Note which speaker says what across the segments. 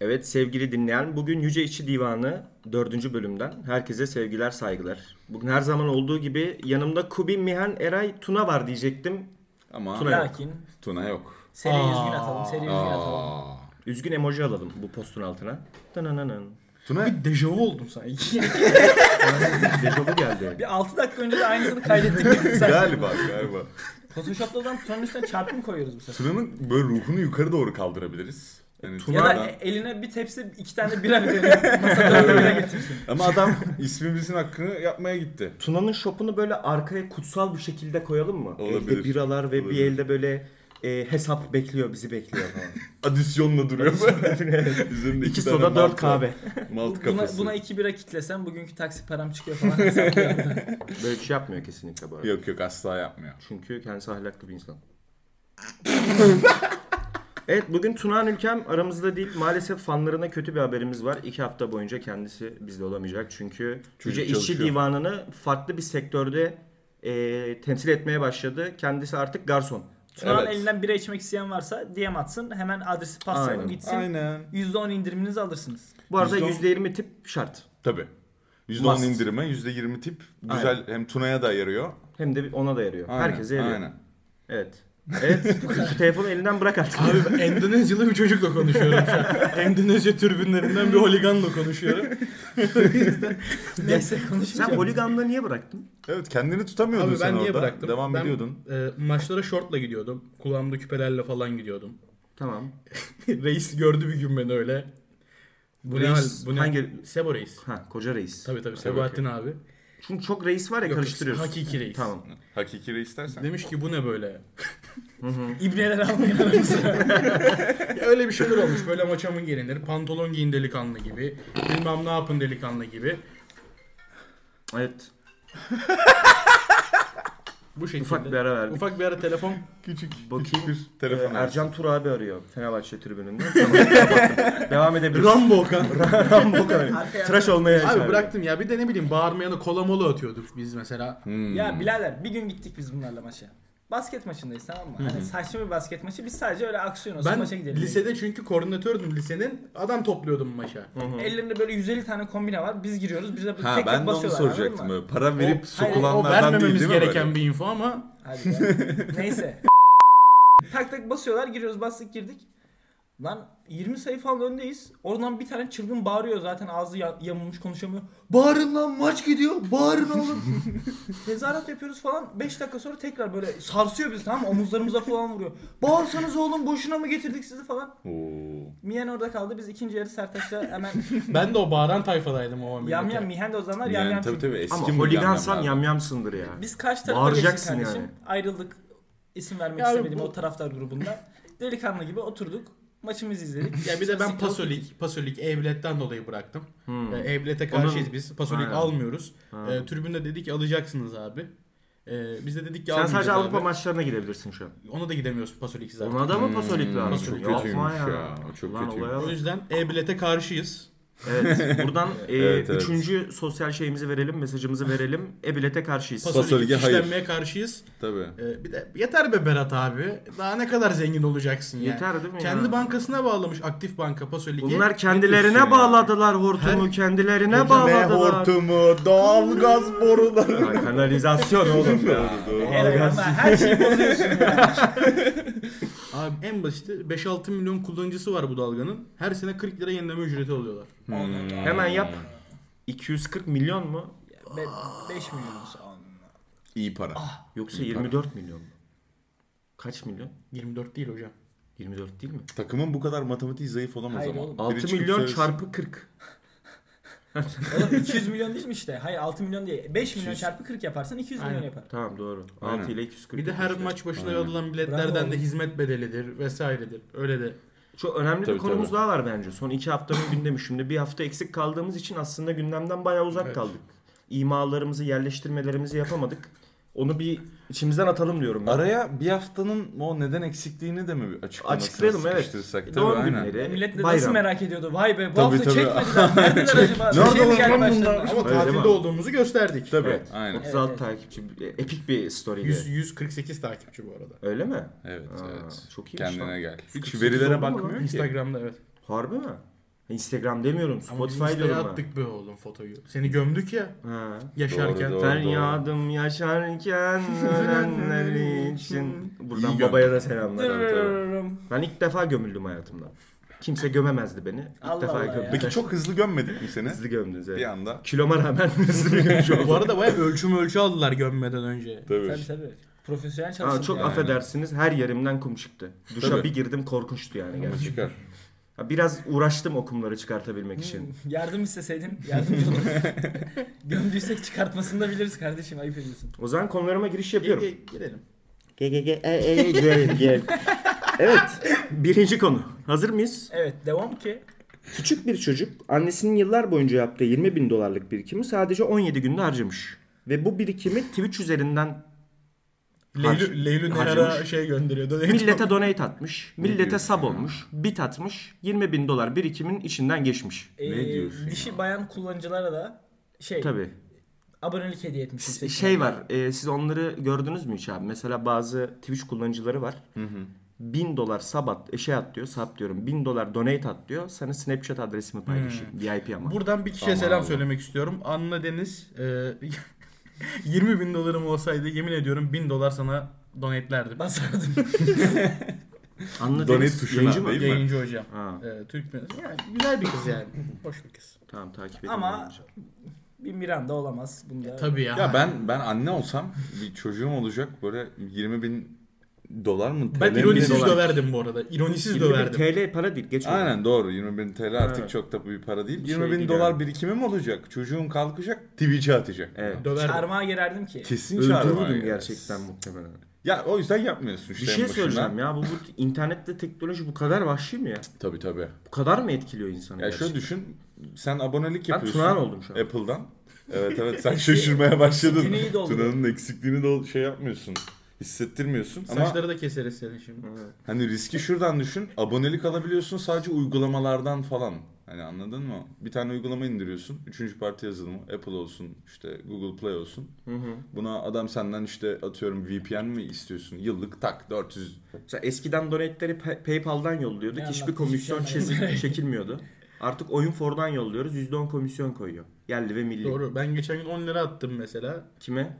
Speaker 1: Evet sevgili dinleyen bugün Yüce İşçi Divanı 4. bölümden herkese sevgiler saygılar. Bugün her zaman olduğu gibi yanımda Kubi Mihan Eray Tuna var diyecektim.
Speaker 2: Ama
Speaker 1: Tuna yok.
Speaker 3: Lakin
Speaker 2: Tuna yok.
Speaker 3: seri yüzgün atalım, seri yüzgün atalım.
Speaker 2: Aa.
Speaker 1: Üzgün emoji alalım bu postun altına. Danananın.
Speaker 2: Tuna
Speaker 4: Bir dejavu oldum sanki.
Speaker 1: Dejavu geldi.
Speaker 3: Bir 6 dakika önce de aynısını kaydettik. gibi sanki.
Speaker 2: galiba galiba.
Speaker 3: Photoshop'ta o zaman Tuna'nın üstüne çarpı mı koyuyoruz bu sefer?
Speaker 2: Tuna'nın böyle ruhunu yukarı doğru kaldırabiliriz. Yani
Speaker 1: Tuna-
Speaker 3: Ya da
Speaker 2: Tuna'dan-
Speaker 3: e- eline bir tepsi iki tane bira bir deniyor. Masada öyle getirsin.
Speaker 2: Ama adam ismimizin hakkını yapmaya gitti.
Speaker 1: Tuna'nın şopunu böyle arkaya kutsal bir şekilde koyalım mı?
Speaker 2: Olabilir.
Speaker 1: Elde biralar ve bir
Speaker 2: Olabilir.
Speaker 1: elde böyle e, hesap bekliyor bizi bekliyor falan.
Speaker 2: Adisyonla duruyor böyle. Üzerinde
Speaker 1: İki
Speaker 2: tane
Speaker 1: soda dört
Speaker 2: malt-
Speaker 1: kahve.
Speaker 2: Malt
Speaker 3: Bu- Buna,
Speaker 2: kafası.
Speaker 3: buna iki bira kitlesem bugünkü taksi param çıkıyor falan hesaplıyorum.
Speaker 1: Böyle bir şey yapmıyor kesinlikle bu arada.
Speaker 2: Yok yok asla yapmıyor.
Speaker 1: Çünkü kendisi ahlaklı bir insan. evet bugün Tunan Ülkem aramızda değil. Maalesef fanlarına kötü bir haberimiz var. İki hafta boyunca kendisi bizde olamayacak. Çünkü
Speaker 2: Çocuk
Speaker 1: Yüce İşçi
Speaker 2: çalışıyor.
Speaker 1: Divanı'nı farklı bir sektörde e, temsil etmeye başladı. Kendisi artık garson.
Speaker 3: Tuna'nın
Speaker 2: Evet.
Speaker 3: elinden bira içmek isteyen varsa DM atsın. Hemen adresi paslayalım
Speaker 1: Aynen.
Speaker 3: gitsin.
Speaker 2: Aynen.
Speaker 3: %10 indiriminizi alırsınız.
Speaker 1: Bu arada
Speaker 2: Yüzde on-
Speaker 1: %20 tip şart.
Speaker 2: Tabii.
Speaker 1: Must.
Speaker 2: %10 indirime, %20 tip. Güzel hem Tuna'ya da yarıyor.
Speaker 1: Hem de ona da yarıyor.
Speaker 2: Aynen,
Speaker 1: Herkese yarıyor.
Speaker 2: Aynen.
Speaker 1: Evet. Evet. telefonu elinden bırak artık.
Speaker 4: Abi ben Endonezyalı bir çocukla konuşuyorum şu an. Endonezya türbinlerinden bir holiganla konuşuyorum.
Speaker 3: Neyse konuşacağız.
Speaker 1: Sen Oligan'da niye bıraktın?
Speaker 2: Evet kendini tutamıyordun
Speaker 4: Abi
Speaker 2: sen
Speaker 4: ben niye
Speaker 2: orada.
Speaker 4: bıraktım?
Speaker 2: Devam
Speaker 4: ben,
Speaker 2: ediyordun.
Speaker 4: e, maçlara şortla gidiyordum. Kulağımda küpelerle falan gidiyordum.
Speaker 1: Tamam.
Speaker 4: Reis gördü bir gün beni öyle. Bu ne hal?
Speaker 1: Reis
Speaker 4: Bu ne?
Speaker 1: hangi-
Speaker 4: Sebo Reis.
Speaker 1: Ha koca reis.
Speaker 4: Tabii tabii Sebahattin abi.
Speaker 1: Çünkü çok reis var ya
Speaker 4: Yok,
Speaker 1: karıştırıyorsun.
Speaker 4: hakiki reis.
Speaker 1: Tamam.
Speaker 2: Hakiki reis dersen.
Speaker 4: Demiş ki bu ne böyle?
Speaker 3: İbneler almayın aramızda.
Speaker 4: Ya öyle bir şeyler olmuş. Böyle maça mı gelinir? Pantolon giyin delikanlı gibi. Bilmem ne yapın delikanlı gibi.
Speaker 1: Evet.
Speaker 4: Bu şekilde.
Speaker 1: Ufak bir ara verdik.
Speaker 4: Ufak bir ara telefon.
Speaker 2: Küçük, küçük
Speaker 1: Bakayım.
Speaker 2: bir
Speaker 1: Ee,
Speaker 2: telefon.
Speaker 1: Ercan Tur abi arıyor Fenerbahçe tribününden. Tamam. Devam edebiliriz.
Speaker 4: Rambo kan.
Speaker 1: Rambo kadar. Tıraş olmaya
Speaker 4: Abi
Speaker 1: çağırıyor.
Speaker 4: bıraktım ya. Bir de ne bileyim bağırmayana kola mola atıyorduk biz mesela.
Speaker 3: ya birader bir gün gittik biz bunlarla maça. Basket maçındayız tamam mı? Hani saçma bir basket maçı. Biz sadece öyle aksiyon olsun
Speaker 4: Ben
Speaker 3: maça gidelim. dedik.
Speaker 4: lisede çünkü koordinatördüm lisenin. Adam topluyordum maça.
Speaker 3: Ellerinde böyle 150 tane kombine var. Biz giriyoruz. Bize tek
Speaker 2: Ha
Speaker 3: tek
Speaker 2: ben de onu
Speaker 3: basıyorlar.
Speaker 2: soracaktım.
Speaker 3: anladın mı?
Speaker 2: Böyle para verip
Speaker 4: O- O
Speaker 2: sokulanlardan değil,
Speaker 4: vermememiz
Speaker 2: değil mi
Speaker 4: gereken
Speaker 2: böyle?
Speaker 4: bir info ama
Speaker 3: Hadi ya. Neyse. tak tak basıyorlar. Giriyoruz bastık girdik. Lan 20 sayı falan öndeyiz. Oradan bir tane çılgın bağırıyor zaten ağzı ya- yamulmuş konuşamıyor.
Speaker 4: bağırın lan maç gidiyor. Bağırın oğlum.
Speaker 3: Tezahürat yapıyoruz falan. 5 dakika sonra tekrar böyle sarsıyor bizi tamam mı? Omuzlarımıza falan vuruyor. Bağırsanız oğlum boşuna mı getirdik sizi falan.
Speaker 2: Oo.
Speaker 3: Mihen orada kaldı. Biz ikinci yarı Sertaç'la hemen
Speaker 4: ben de o bağıran tayfadaydım o
Speaker 3: yam
Speaker 4: ameliyata.
Speaker 3: yam Mihen de o zamanlar yam
Speaker 2: Yani
Speaker 3: yam.
Speaker 2: tabii tabii eski
Speaker 1: Ama
Speaker 2: bir
Speaker 1: holigansan
Speaker 2: yandan.
Speaker 1: yamyamsındır ya.
Speaker 3: Biz karşı tarafa
Speaker 1: Bağıracaksın
Speaker 3: geçtik kardeşim.
Speaker 1: yani.
Speaker 3: Ayrıldık. İsim vermek
Speaker 4: Ya abi
Speaker 3: istemedim
Speaker 4: bu-
Speaker 3: o taraftar grubundan. Delikanlı gibi oturduk. Maçımızı izledik.
Speaker 4: Ya bir de
Speaker 3: Siktir
Speaker 4: ben
Speaker 3: ol git.
Speaker 4: Pasolik, Pasolik Evlet'ten dolayı bıraktım.
Speaker 1: Hmm.
Speaker 4: Ee, Evlet'e karşıyız
Speaker 1: Onun-
Speaker 4: biz. Pasolik
Speaker 1: Aynen.
Speaker 4: almıyoruz.
Speaker 1: Ha.
Speaker 4: Ee, tribünde dedik ki alacaksınız abi. Ee, biz de dedik
Speaker 1: Sen
Speaker 4: ki almayacağız
Speaker 1: sadece Avrupa
Speaker 4: abi.
Speaker 1: maçlarına gidebilirsin şu an.
Speaker 4: Ona da gidemiyoruz Pasolik'siz zaten.
Speaker 1: Ona da mı
Speaker 2: Hmm,
Speaker 1: pasolik lazım?
Speaker 4: çok
Speaker 1: Yapma
Speaker 2: kötüymüş ya, o çok
Speaker 1: Lan
Speaker 2: kötüymüş.
Speaker 1: olaya bak.
Speaker 4: O yüzden E-Bilet'e karşıyız.
Speaker 1: Evet. Buradan e,
Speaker 2: Evet, evet.
Speaker 1: üçüncü sosyal şeyimizi verelim, mesajımızı verelim. E-bilete karşıyız.
Speaker 2: Pasolik.
Speaker 4: Pasolik'e
Speaker 2: hayır.
Speaker 4: fişlenmeye karşıyız.
Speaker 2: Tabii.
Speaker 4: Ee, bir de yeter be Berat abi. Daha ne kadar zengin olacaksın ya.
Speaker 1: Yeter değil mi
Speaker 4: Kendi
Speaker 1: ya?
Speaker 4: bankasına bağlamış Aktif Banka Pasolik'i.
Speaker 1: Bunlar
Speaker 2: diyorsun
Speaker 1: kendilerine
Speaker 2: ya?
Speaker 1: bağladılar hortumu,
Speaker 4: Her-
Speaker 1: kendilerine
Speaker 2: Ne
Speaker 1: bağladılar.
Speaker 2: hortumu, doğal gaz boruları.
Speaker 1: Ay, Kanalizasyon oğlum ya.
Speaker 3: Her, ay ama her şeyi bozuyorsun ya.
Speaker 4: Abi en basiti 5-6 milyon kullanıcısı var bu dalganın. Her sene 40 lira yenileme ücreti alıyorlar.
Speaker 1: Hemen yap.
Speaker 2: Hmm.
Speaker 1: 240 milyon mu?
Speaker 3: Be- 5 milyon sağ olun.
Speaker 2: İyi para.
Speaker 1: Yoksa 24 milyon mu? Kaç milyon?
Speaker 4: 24 değil hocam.
Speaker 1: 24 değil mi?
Speaker 2: Takımın bu kadar matematiği zayıf olamaz
Speaker 3: Hayır
Speaker 2: ama.
Speaker 3: oğlum.
Speaker 1: 6
Speaker 2: Biri çıkıp
Speaker 1: milyon
Speaker 2: söylesin.
Speaker 1: çarpı 40.
Speaker 3: Oğlum 200 milyon değil mi işte? Hayır 6 milyon değil. 5 milyon çarpı 40 yaparsan 200 milyon
Speaker 4: Aynen.
Speaker 3: yapar.
Speaker 1: Tamam doğru. 6
Speaker 2: Aynen.
Speaker 1: ile 240.
Speaker 4: Bir de her
Speaker 1: yapmışlar.
Speaker 4: maç başına alınan biletlerden
Speaker 3: Bravo.
Speaker 4: de hizmet bedelidir vesairedir. Öyle de.
Speaker 1: Çok önemli
Speaker 2: Tabii,
Speaker 1: bir konumuz
Speaker 2: tabii.
Speaker 1: daha var bence. Son 2 haftanın gündemi. Şimdi bir hafta eksik kaldığımız için aslında gündemden bayağı uzak
Speaker 4: Evet.
Speaker 1: kaldık. İmalarımızı, yerleştirmelerimizi yapamadık. Onu bir içimizden atalım diyorum. Ben.
Speaker 2: Araya bir haftanın o neden eksikliğini de mi bir açıklamasını
Speaker 1: Açıklayalım evet.
Speaker 2: sıkıştırsak? Tabii,
Speaker 1: Doğum
Speaker 2: aynen.
Speaker 1: günleri,
Speaker 3: Millet de nasıl
Speaker 1: bayram.
Speaker 3: merak ediyordu. Vay be bu
Speaker 2: Tabii,
Speaker 3: hafta
Speaker 2: tabii.
Speaker 3: çekmediler. Neredeler acaba?
Speaker 2: Ne
Speaker 3: Şey mi
Speaker 2: oldu
Speaker 3: geldi
Speaker 2: lan
Speaker 3: başlarına?
Speaker 1: Öyle
Speaker 4: Ama
Speaker 1: değil mi
Speaker 4: tatilde
Speaker 1: abi?
Speaker 4: olduğumuzu gösterdik.
Speaker 2: Tabii
Speaker 1: Evet.
Speaker 2: aynen.
Speaker 1: 36
Speaker 3: Evet,
Speaker 1: takipçi. e, Epik bir story.
Speaker 4: 100, 148 takipçi bu arada.
Speaker 1: Öyle mi?
Speaker 2: Evet
Speaker 1: Aa,
Speaker 2: evet.
Speaker 1: Çok iyiymiş
Speaker 2: Kendine
Speaker 1: lan.
Speaker 2: gel. Hiç
Speaker 1: 48
Speaker 2: verilere
Speaker 1: oldu mu lan?
Speaker 2: bakmıyor ki.
Speaker 4: Instagram'da evet.
Speaker 1: Harbi mi? Instagram demiyorum.
Speaker 4: Ama biz
Speaker 1: Spotify
Speaker 4: Insta'ya
Speaker 1: diyorum ben.
Speaker 4: attık be oğlum fotoyu. Seni gömdük ya
Speaker 1: Ha.
Speaker 4: yaşarken.
Speaker 2: Doğru, doğru.
Speaker 1: Feryadım yaşarken ölenler için. Buradan
Speaker 2: İyi göm.
Speaker 1: babaya da selamlar.
Speaker 3: Dırırırırım.
Speaker 1: Ben ilk defa gömüldüm hayatımda. Kimse gömemezdi beni. İlk
Speaker 3: Allah
Speaker 1: defa
Speaker 3: Allah
Speaker 1: gömdüm.
Speaker 3: ya.
Speaker 2: Peki çok hızlı gömmedin mi seni?
Speaker 1: hızlı gömdünüz evet.
Speaker 2: Bir anda.
Speaker 1: Kiloma rağmen hızlı bir gömüş oldum.
Speaker 4: Bu arada bayağı ölçüm ölçü aldılar gömmeden önce.
Speaker 2: Tabii.
Speaker 3: Tabii tabii. Profesyonel çalıştım.
Speaker 1: Aa, çok
Speaker 3: yani.
Speaker 1: affedersiniz her yerimden kum çıktı. Duşa
Speaker 2: Tabii.
Speaker 1: bir girdim korkunçtu yani
Speaker 2: Ama
Speaker 1: gerçekten.
Speaker 2: çıkar.
Speaker 1: Ya Biraz uğraştım o kumları çıkartabilmek
Speaker 2: Hmm.
Speaker 1: için.
Speaker 3: Yardım isteseydin yardımcı olurdum. Gömdüysek çıkartmasını da biliriz kardeşim ayıp ediyorsun.
Speaker 1: O zaman konularıma giriş yapıyorum.
Speaker 4: Ge- Girelim.
Speaker 1: Gel gel gel. gel gel. Evet birinci konu. Hazır mıyız?
Speaker 3: Evet devam ki.
Speaker 1: Küçük bir çocuk annesinin yıllar boyunca yaptığı 20 bin dolarlık birikimi sadece 17 günde harcamış. Ve bu birikimi Twitch üzerinden
Speaker 4: Leylül, Leylül Nerar'a
Speaker 1: Harcamış.
Speaker 4: şey gönderiyordu.
Speaker 1: millete donate atmış, millete
Speaker 2: diyorsun
Speaker 1: sub olmuş, bit atmış, 20 bin dolar birikimin içinden geçmiş.
Speaker 3: Ee,
Speaker 2: Ne diyorsun
Speaker 3: Dişi bayan kullanıcılara da şey
Speaker 1: Tabii.
Speaker 3: abonelik hediye etmişim.
Speaker 1: S- Şey var, e, siz onları gördünüz mü hiç abi? Mesela bazı Twitch kullanıcıları var. 1000 dolar sub at, e, şey at diyor, sub diyorum. 1000 dolar donate at diyor. Sana Snapchat adresimi paylaşayım. VIP ama.
Speaker 4: Buradan bir kişiye
Speaker 2: Aman
Speaker 4: selam
Speaker 2: Allah.
Speaker 4: söylemek istiyorum. Anna Deniz. E, 20 bin dolarım olsaydı yemin ediyorum 1000 dolar sana donetlerdim.
Speaker 3: Basardım.
Speaker 1: Anladınız.
Speaker 2: Donate tuşuna
Speaker 1: Yayıncı mı?
Speaker 2: değil mi?
Speaker 4: Yayıncı hocam.
Speaker 1: Ha,
Speaker 4: E, Türk mü- yani güzel bir kız yani. Hoş bir kız.
Speaker 1: tamam takip edeyim.
Speaker 3: Ama bir Miranda olamaz bunda.
Speaker 4: E, Tabii ya.
Speaker 2: Ya ben ben anne olsam bir çocuğum olacak böyle 20 bin dolar mı?
Speaker 4: ben
Speaker 2: TL mi?
Speaker 4: ironisiz
Speaker 1: dolar.
Speaker 4: döverdim bu arada. İronisiz
Speaker 1: 20 bin
Speaker 4: döverdim.
Speaker 1: TL para değil, geç onu.
Speaker 2: Aynen doğru 20 bin TL artık
Speaker 1: Evet.
Speaker 2: çok da bir para değil.
Speaker 1: şey
Speaker 2: 20 bin
Speaker 1: değil
Speaker 2: dolar
Speaker 1: yani.
Speaker 2: birikimim olacak. Çocuğum kalkacak Twitch'e atacak.
Speaker 1: Evet.
Speaker 4: döverdim.
Speaker 3: Çarmıha gererdim ki.
Speaker 2: Kesin çağırma
Speaker 1: Öldürürdüm
Speaker 2: yani.
Speaker 1: gerçekten muhtemelen.
Speaker 2: Ya o yüzden yapmıyorsun işte
Speaker 1: Bir şey söyleyeceğim ya bu, bu internette teknoloji bu kadar vahşi mi ya?
Speaker 2: Tabii tabii.
Speaker 1: Bu kadar mı etkiliyor insanı?
Speaker 2: Ya şöyle
Speaker 1: gerçekten?
Speaker 2: düşün. Sen abonelik
Speaker 1: Ben
Speaker 2: yapıyorsun.
Speaker 1: Tunağan oldum şu an.
Speaker 2: Apple'dan. Evet evet sen şaşırmaya başladın.
Speaker 3: Eksikliğini doldur.
Speaker 2: Tuna'nın eksikliğini de şey yapmıyorsun. Hissettirmiyorsun ama
Speaker 4: Saçları da keseriz senin şimdi.
Speaker 2: hani riski şuradan düşün. Abonelik alabiliyorsun sadece uygulamalardan falan. Hani anladın mı? Bir tane uygulama indiriyorsun. Üçüncü parti yazılımı. Apple olsun işte Google Play olsun. Buna adam senden işte atıyorum VPN mi istiyorsun? Yıllık tak 400
Speaker 1: Mesela eskiden donate'leri Pay- PayPal'dan yolluyorduk.
Speaker 3: Ya
Speaker 1: Hiçbir
Speaker 3: Allah,
Speaker 1: komisyon
Speaker 3: hiçbir şey
Speaker 1: çizil- çekilmiyordu. Artık oyun for'dan yolluyoruz. %10 komisyon koyuyor. Yerli ve milli.
Speaker 4: Doğru. Ben geçen gün 10 lira attım mesela.
Speaker 1: Kime?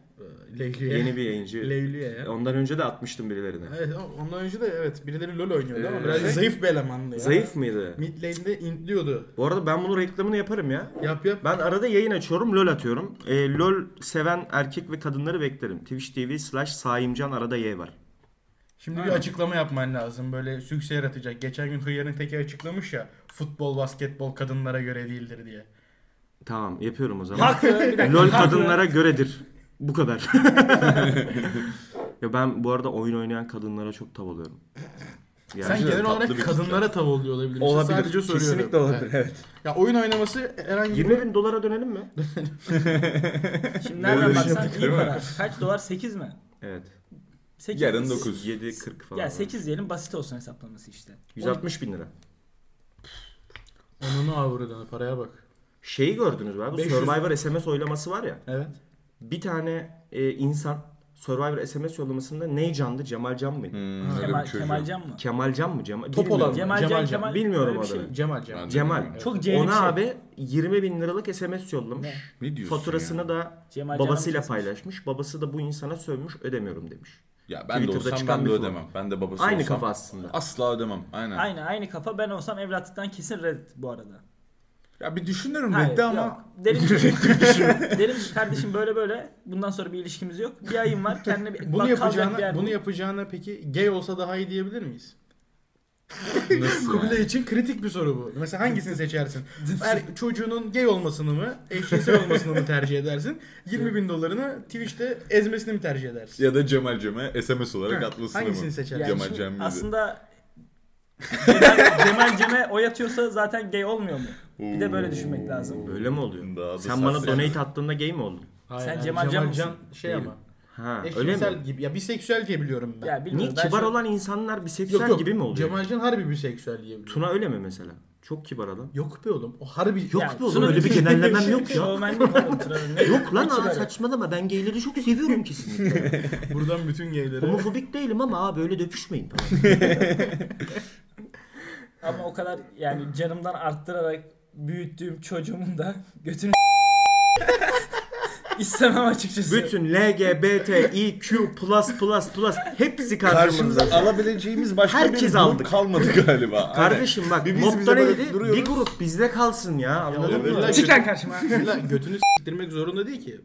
Speaker 4: E, Leylül'e.
Speaker 1: Yeni bir yayıncı.
Speaker 4: Leylül'e ya.
Speaker 1: Ondan önce de atmıştım birilerine.
Speaker 4: Evet, ondan önce de evet birileri LoL oynuyordu ama
Speaker 1: Ee,
Speaker 4: biraz
Speaker 1: şey-
Speaker 4: zayıf bir elemandı ya.
Speaker 1: Zayıf mıydı?
Speaker 4: Mid lane'de intliyordu.
Speaker 1: Bu arada ben bunun reklamını yaparım ya.
Speaker 4: Yap yap.
Speaker 1: Ben arada yayın açıyorum, LOL atıyorum. E, LOL seven erkek ve kadınları beklerim. Twitch TV slash Saimcan arada Y var.
Speaker 4: Şimdi bir açıklama yapman lazım. Böyle sükse yaratacak. Geçen gün Hıyar'ın teki açıklamış ya. Futbol, basketbol kadınlara göre değildir diye.
Speaker 1: Tamam yapıyorum o zaman.
Speaker 3: Haklı. bir
Speaker 2: E,
Speaker 3: dakika,
Speaker 1: LOL
Speaker 3: haklı.
Speaker 1: kadınlara göredir. Bu kadar. ya ben bu arada oyun oynayan kadınlara çok tav oluyorum. Yani
Speaker 4: Sen
Speaker 2: Bence de
Speaker 4: genel
Speaker 2: tatlı
Speaker 4: olarak
Speaker 2: bir
Speaker 4: kadınlara tav oluyor olabilir. Sadece soruyorum.
Speaker 2: Kesinlikle olabilir
Speaker 4: Evet.
Speaker 2: evet.
Speaker 4: Ya oyun oynaması herhangi
Speaker 1: 20 bin dolara dönelim mi?
Speaker 3: Şimdi nereden
Speaker 2: Böyle
Speaker 3: baksan
Speaker 2: düşündük,
Speaker 3: iyi
Speaker 2: değil mi?
Speaker 3: para. Kaç dolar? 8 mi?
Speaker 1: Evet.
Speaker 3: 8.
Speaker 2: Yarın 9.
Speaker 1: 7.40 falan.
Speaker 3: Ya 8 diyelim basit olsun hesaplaması işte.
Speaker 1: 160 bin lira.
Speaker 4: Onunu avradını paraya bak.
Speaker 1: Şeyi gördünüz mü abi?
Speaker 4: 500
Speaker 1: Survivor SMS oylaması var ya.
Speaker 4: Evet.
Speaker 1: Bir tane e, insan Survivor SMS yollamasında ney candı? Kemal Can mıydı?
Speaker 2: Hmm, öyle bir
Speaker 3: Kemal,
Speaker 2: çocuğum.
Speaker 3: Kemalcan mı?
Speaker 1: Kemal Can mı? Cemal,
Speaker 4: Top olan
Speaker 1: Bilmiyorum.
Speaker 4: mı?
Speaker 3: Cemal Can,
Speaker 4: Cemal Can.
Speaker 3: Kemal
Speaker 1: Bilmiyorum
Speaker 3: öyle bir
Speaker 1: adamı.
Speaker 3: şey.
Speaker 4: Cemal Cemal.
Speaker 1: Cemal.
Speaker 3: Çok cehil
Speaker 1: Ona
Speaker 3: şey.
Speaker 1: abi 20 bin liralık SMS yollamış.
Speaker 3: Ne?
Speaker 2: Ne diyorsun
Speaker 1: Faturasını
Speaker 2: ya?
Speaker 1: da
Speaker 3: Cemal Can'ın
Speaker 1: babasıyla
Speaker 3: kesmiş.
Speaker 1: paylaşmış. Babası da bu insana sövmüş ödemiyorum demiş.
Speaker 2: Ya ben de
Speaker 1: Twitter'da
Speaker 2: olsam
Speaker 1: çıkan
Speaker 2: ben
Speaker 1: bir
Speaker 2: de
Speaker 1: form.
Speaker 2: ödemem. Ben de babası
Speaker 1: Aynı
Speaker 2: olsam
Speaker 1: kafa aslında.
Speaker 2: asla ödemem. Aynen.
Speaker 3: Aynı aynı kafa ben olsam evlatlıktan kesin red bu arada.
Speaker 2: Ya bir düşünürüm
Speaker 3: Hayır,
Speaker 2: reddi ama
Speaker 3: yok. Derim ki, derim ki kardeşim böyle böyle bundan sonra bir ilişkimiz yok. Bir ayım var kendine bir
Speaker 4: Bunu
Speaker 3: bak, kalacak bir
Speaker 4: yapacağına,
Speaker 3: yer
Speaker 4: bunu
Speaker 3: bul.
Speaker 4: yapacağına peki gay olsa daha iyi diyebilir miyiz?
Speaker 2: nasıl yani?
Speaker 4: Kubilay için kritik bir soru bu. Mesela hangisini seçersin? Er, çocuğunun gay olmasını mı, eşcinsel olmasını mı tercih edersin? 20 bin dolarını Twitch'te ezmesini mi tercih edersin?
Speaker 2: Ya da Cemal Cem'e SMS olarak
Speaker 4: Ha,
Speaker 2: atmasını mı?
Speaker 4: hangisini seçersin?
Speaker 3: Yani
Speaker 2: Cemal
Speaker 3: şimdi
Speaker 2: Cem miydi?
Speaker 3: aslında Cemal, Cemal Cem'e oy atıyorsa zaten gay olmuyor mu? Bir de böyle düşünmek lazım.
Speaker 1: Öyle mi oluyor?
Speaker 2: Daha da
Speaker 1: Sen bana
Speaker 2: sert.
Speaker 1: donate attığında gay mi oldun?
Speaker 4: Hayır,
Speaker 3: Sen
Speaker 4: hayır,
Speaker 3: Cemal Can mısın?
Speaker 4: şey ama.
Speaker 1: Ha, öyle mi?
Speaker 4: Eşcinsel gibi. Ya biseksüel diye biliyorum ben.
Speaker 3: Ya
Speaker 1: Niye
Speaker 3: bilmiyorum. ben
Speaker 1: kibar
Speaker 3: şu-
Speaker 1: olan insanlar biseksüel gibi mi oluyor?
Speaker 4: Cemal Can harbi biseksüel diye biliyorum.
Speaker 1: Tuna öyle mi mesela? Çok kibar adam.
Speaker 4: Yok be oğlum. O harbi
Speaker 1: Yok
Speaker 3: Yani
Speaker 1: be oğlum
Speaker 3: Tuna-
Speaker 1: öyle bir genellemem
Speaker 4: şey-
Speaker 1: yok ya.
Speaker 3: Şovmenlik oğlum Tuna'nın. Ne-
Speaker 1: Yok lan
Speaker 3: ne
Speaker 1: abi
Speaker 3: kibarı?
Speaker 1: saçmalama ben gayleri çok seviyorum kesinlikle.
Speaker 4: Buradan bütün geylere.
Speaker 1: Homofobik değilim ama abi öyle döpüşmeyin falan.
Speaker 3: Ama o kadar yani canımdan arttırarak büyüttüğüm çocuğumun da götünü istemem açıkçası.
Speaker 1: Bütün LGBTİQ plus plus plus hepsi
Speaker 2: Karşımıza
Speaker 1: karşımızda.
Speaker 2: alabileceğimiz başka
Speaker 1: Herkes
Speaker 2: bir grup
Speaker 1: aldık.
Speaker 2: kalmadı galiba.
Speaker 1: Kardeşim bak
Speaker 2: Bir biz
Speaker 1: modda
Speaker 2: bize böyle
Speaker 1: neydi?
Speaker 2: duruyoruz.
Speaker 1: Bir grup bizde kalsın ya. Anladın mı?
Speaker 2: evet.
Speaker 4: İlla
Speaker 3: Çık lan karşıma.
Speaker 4: İlla götünü s**tirmek zorunda değil ki.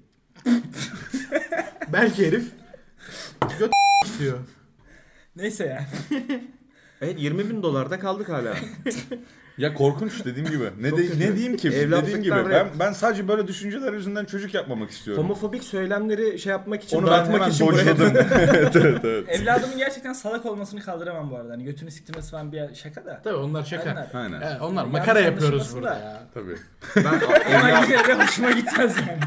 Speaker 4: Belki herif göt istiyor.
Speaker 3: Neyse ya.
Speaker 1: Evet 20 bin dolarda kaldık hala.
Speaker 2: Ya korkunç dediğim gibi. Ne,
Speaker 1: Çok
Speaker 2: de,
Speaker 1: kötü.
Speaker 2: ne diyeyim ki? Dediğim
Speaker 1: Evlatlıktan
Speaker 2: gibi.
Speaker 1: rap.
Speaker 2: Ben, ben sadece böyle düşünceler yüzünden çocuk yapmak istiyorum.
Speaker 1: Homofobik söylemleri şey yapmak için
Speaker 2: Onu
Speaker 1: dağıtmak
Speaker 2: ben
Speaker 1: için buraya-
Speaker 2: hemen dojladım. evet evet evet.
Speaker 3: Evladımın gerçekten salak olmasını kaldıramam bu arada. Hani götünü siktirmesi falan bir şaka da.
Speaker 4: Tabii onlar şaka.
Speaker 3: Aynen.
Speaker 2: Aynen.
Speaker 4: Evet, onlar
Speaker 3: Yani
Speaker 4: makara
Speaker 3: sen
Speaker 4: yapıyoruz
Speaker 3: düşünmesin
Speaker 4: burada
Speaker 3: de.
Speaker 4: ya.
Speaker 2: Tabii.
Speaker 1: Ben
Speaker 3: Ama yine de hoşuma gitmez yani.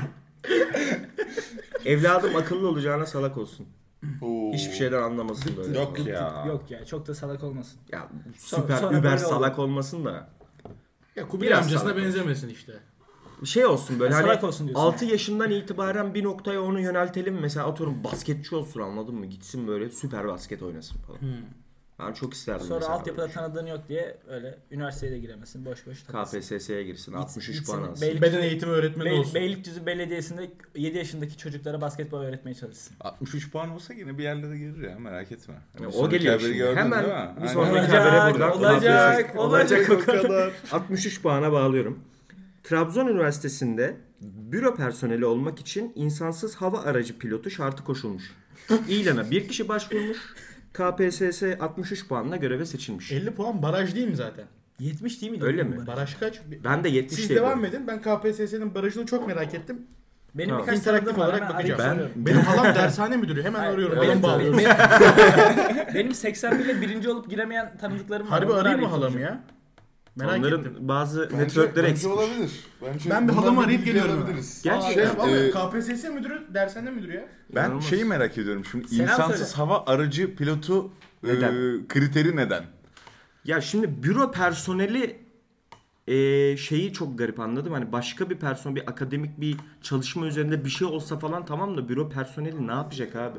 Speaker 1: evladım akıllı olacağına salak olsun.
Speaker 2: Oo.
Speaker 1: Hiçbir şey şeyden anlamasın böyle.
Speaker 2: Yok ya.
Speaker 3: Yok ya çok da salak olmasın.
Speaker 1: Ya
Speaker 3: Sonra-
Speaker 1: süper
Speaker 3: sonra
Speaker 1: über
Speaker 3: böyle oldu.
Speaker 1: salak olmasın da.
Speaker 4: Ya Kubilay
Speaker 1: Biraz
Speaker 4: amcasına
Speaker 1: salak olsun.
Speaker 4: benzemesin işte.
Speaker 1: Bir şey olsun böyle
Speaker 3: Ya
Speaker 1: hani
Speaker 3: salak olsun diyorsun.
Speaker 1: 6 yaşından itibaren bir noktaya onu yöneltelim. Mesela atıyorum basketçi olsun anladın mı? Gitsin böyle süper basket oynasın falan. Ben çok isterdim
Speaker 3: Hmm. Sonra
Speaker 1: mesela.
Speaker 3: altyapıda tanıdığın yok diye öyle üniversiteye de giremezsin. Boş boş takılsın.
Speaker 1: KPSS'ye girsin 63
Speaker 3: gitsin,
Speaker 1: puan alsın.
Speaker 3: belli-
Speaker 4: Beden eğitimi öğretmeni
Speaker 3: Bey,
Speaker 4: olsun.
Speaker 3: Beylikdüzü Belediyesi'nde 7 yaşındaki çocuklara basketbol öğretmeye çalışsın.
Speaker 2: 63 puan olsa yine bir yerlere gelir ya merak etme.
Speaker 1: Ya
Speaker 2: Bir
Speaker 1: o
Speaker 2: sonraki
Speaker 1: geliyor
Speaker 2: haberi
Speaker 1: şimdi.
Speaker 2: gördün
Speaker 1: Hemen
Speaker 2: değil mi?
Speaker 1: bir
Speaker 2: Aynen.
Speaker 1: sonraki habere buradan.
Speaker 3: olacak, olacak.
Speaker 1: o kadar. 63 puana bağlıyorum. Trabzon Üniversitesi'nde büro personeli olmak için insansız hava aracı pilotu şartı koşulmuş. İlana bir kişi başvurmuş. KPSS 63 puanla göreve seçilmiş.
Speaker 4: 50 puan baraj değil mi zaten?
Speaker 3: 70 değil miydi?
Speaker 1: Öyle
Speaker 3: bu
Speaker 1: mi?
Speaker 3: numara?
Speaker 4: Baraj şey kaç?
Speaker 1: Ben de 70
Speaker 4: Siz
Speaker 1: diye
Speaker 4: devam edin. Ben KPSS'nin barajını çok merak ettim.
Speaker 3: Benim
Speaker 1: Tamam.
Speaker 3: birkaç
Speaker 4: İnteraktif
Speaker 3: tanıdığım var,
Speaker 4: olarak
Speaker 3: hemen
Speaker 4: bakacağım.
Speaker 3: arayıp
Speaker 4: Ben,
Speaker 3: soruyorum.
Speaker 4: benim halam dershane müdürü. Hemen
Speaker 3: Hayır,
Speaker 4: arıyorum.
Speaker 1: öyle
Speaker 4: Halam
Speaker 1: tabii.
Speaker 4: bağlıyorum.
Speaker 3: Benim 81'le birinci olup giremeyen tanıdıklarım var.
Speaker 4: Harbi
Speaker 3: Onları
Speaker 4: arayayım mı
Speaker 3: soracağım.
Speaker 4: halamı ya? Merak
Speaker 1: Onların
Speaker 4: ettim.
Speaker 1: bazı networkleri
Speaker 5: bence
Speaker 1: eksik.
Speaker 5: olabilir. Bence
Speaker 4: Ben bir
Speaker 5: bundan
Speaker 4: halamı arayıp
Speaker 5: bilgi
Speaker 4: geliyorum
Speaker 5: alabiliriz.
Speaker 1: Gerçi Ee,
Speaker 4: Şey, vallahi
Speaker 2: e,
Speaker 4: KPSS müdürü dershane müdürü ya.
Speaker 2: Ben
Speaker 1: İnanılmaz.
Speaker 2: şeyi merak ediyorum şimdi
Speaker 3: Selam
Speaker 2: insansız
Speaker 3: söyle.
Speaker 2: hava aracı pilotu e,
Speaker 1: Neden?
Speaker 2: kriteri neden?
Speaker 1: ya şimdi büro personeli eee, şeyi çok garip anladım. Hani başka bir personel, bir akademik bir çalışma üzerinde bir şey olsa falan tamam da büro personeli ne yapacak abi?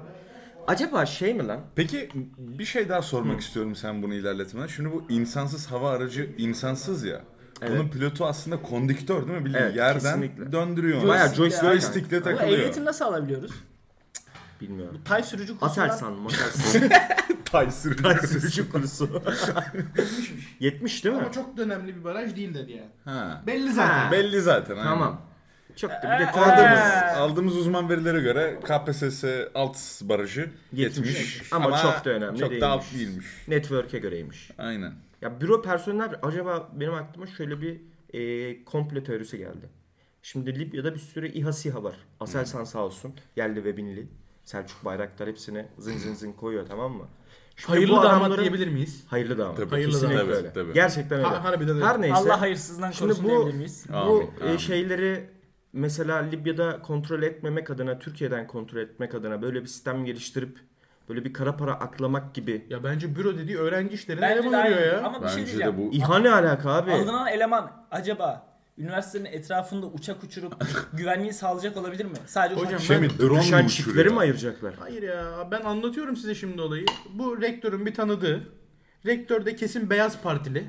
Speaker 1: Acaba şey mi lan?
Speaker 2: Peki bir şey daha sormak istiyorum sen bunu ilerletmeden. Şimdi bu insansız hava aracı insansız ya. Bunun pilotu aslında konduktör değil mi? Bildiğin
Speaker 1: Evet,
Speaker 2: yerden
Speaker 1: kesinlikle.
Speaker 2: döndürüyor. onu.
Speaker 1: Bayağı
Speaker 3: joystick-
Speaker 2: joystick'le
Speaker 3: Bu
Speaker 2: takılıyor.
Speaker 3: ehliyeti nasıl alabiliyoruz?
Speaker 1: Bilmiyorum.
Speaker 3: Tay sürücü kursundan
Speaker 1: Aselsan, Maselsan,
Speaker 2: Tay sürücü.
Speaker 1: sürücü kursu. 70 değil mi?
Speaker 4: Ama çok da önemli bir baraj değil dedi yani.
Speaker 2: Ha.
Speaker 4: Belli zaten.
Speaker 1: Ha.
Speaker 2: Belli zaten. aynen.
Speaker 1: Tamam. Çok da bir
Speaker 4: Ee,
Speaker 1: de
Speaker 2: Aldığımız,
Speaker 1: tanıdığımız.
Speaker 2: aldığımız uzman verilere göre KPSS alt barajı
Speaker 1: 70.
Speaker 2: 70.
Speaker 1: Ama çok da önemli
Speaker 2: Çok
Speaker 1: değilmiş.
Speaker 2: da alt değilmiş.
Speaker 1: Network'e göreymiş.
Speaker 2: Aynen.
Speaker 1: Ya büro personel acaba benim aklıma şöyle bir e, komplo teorisi geldi. Şimdi Libya'da bir sürü İHA SİHA var.
Speaker 4: Hmm.
Speaker 1: Aselsan sağ olsun. Yerli ve binli. Selçuk Bayraktar hepsini zın zın zın koyuyor tamam mı? Şimdi
Speaker 4: Hayırlı
Speaker 1: bu
Speaker 4: damat
Speaker 1: adamların-
Speaker 4: diyebilir miyiz?
Speaker 1: Hayırlı damat.
Speaker 2: Tabii.
Speaker 4: Hayırlı
Speaker 1: Kesinlikle
Speaker 2: damat.
Speaker 1: öyle.
Speaker 2: Tabii, tabii.
Speaker 1: Gerçekten öyle.
Speaker 4: Ha- harbiden öyle.
Speaker 1: Her neyse.
Speaker 3: Allah hayırsızdan
Speaker 1: Şimdi
Speaker 3: korusun
Speaker 1: bu-
Speaker 3: diyebilir miyiz?
Speaker 1: Bu
Speaker 2: Amin,
Speaker 1: e,
Speaker 2: amin.
Speaker 1: şeyleri mesela Libya'da kontrol etmemek adına, Türkiye'den kontrol etmek adına böyle bir sistem geliştirip böyle bir kara para aklamak gibi.
Speaker 4: Ya bence büro dediği öğrenci işlerine
Speaker 3: Bence
Speaker 4: eleman
Speaker 3: de
Speaker 4: arıyor
Speaker 3: aynı.
Speaker 4: ya.
Speaker 3: Ama bir şey
Speaker 2: Bence
Speaker 3: diyeceğim.
Speaker 2: de bu
Speaker 1: İHA ne alaka abi?
Speaker 3: Alınan eleman acaba üniversitenin etrafında uçak uçurup güvenliği sağlayacak olabilir mi? Sadece uçak
Speaker 4: Hocam
Speaker 2: şey mi drone mu
Speaker 1: Düşen
Speaker 2: uçuruyor?
Speaker 1: çiftleri mi ayıracaklar?
Speaker 4: Hayır ya ben anlatıyorum size şimdi olayı. Bu rektörün bir tanıdığı. Rektör de kesin beyaz partili.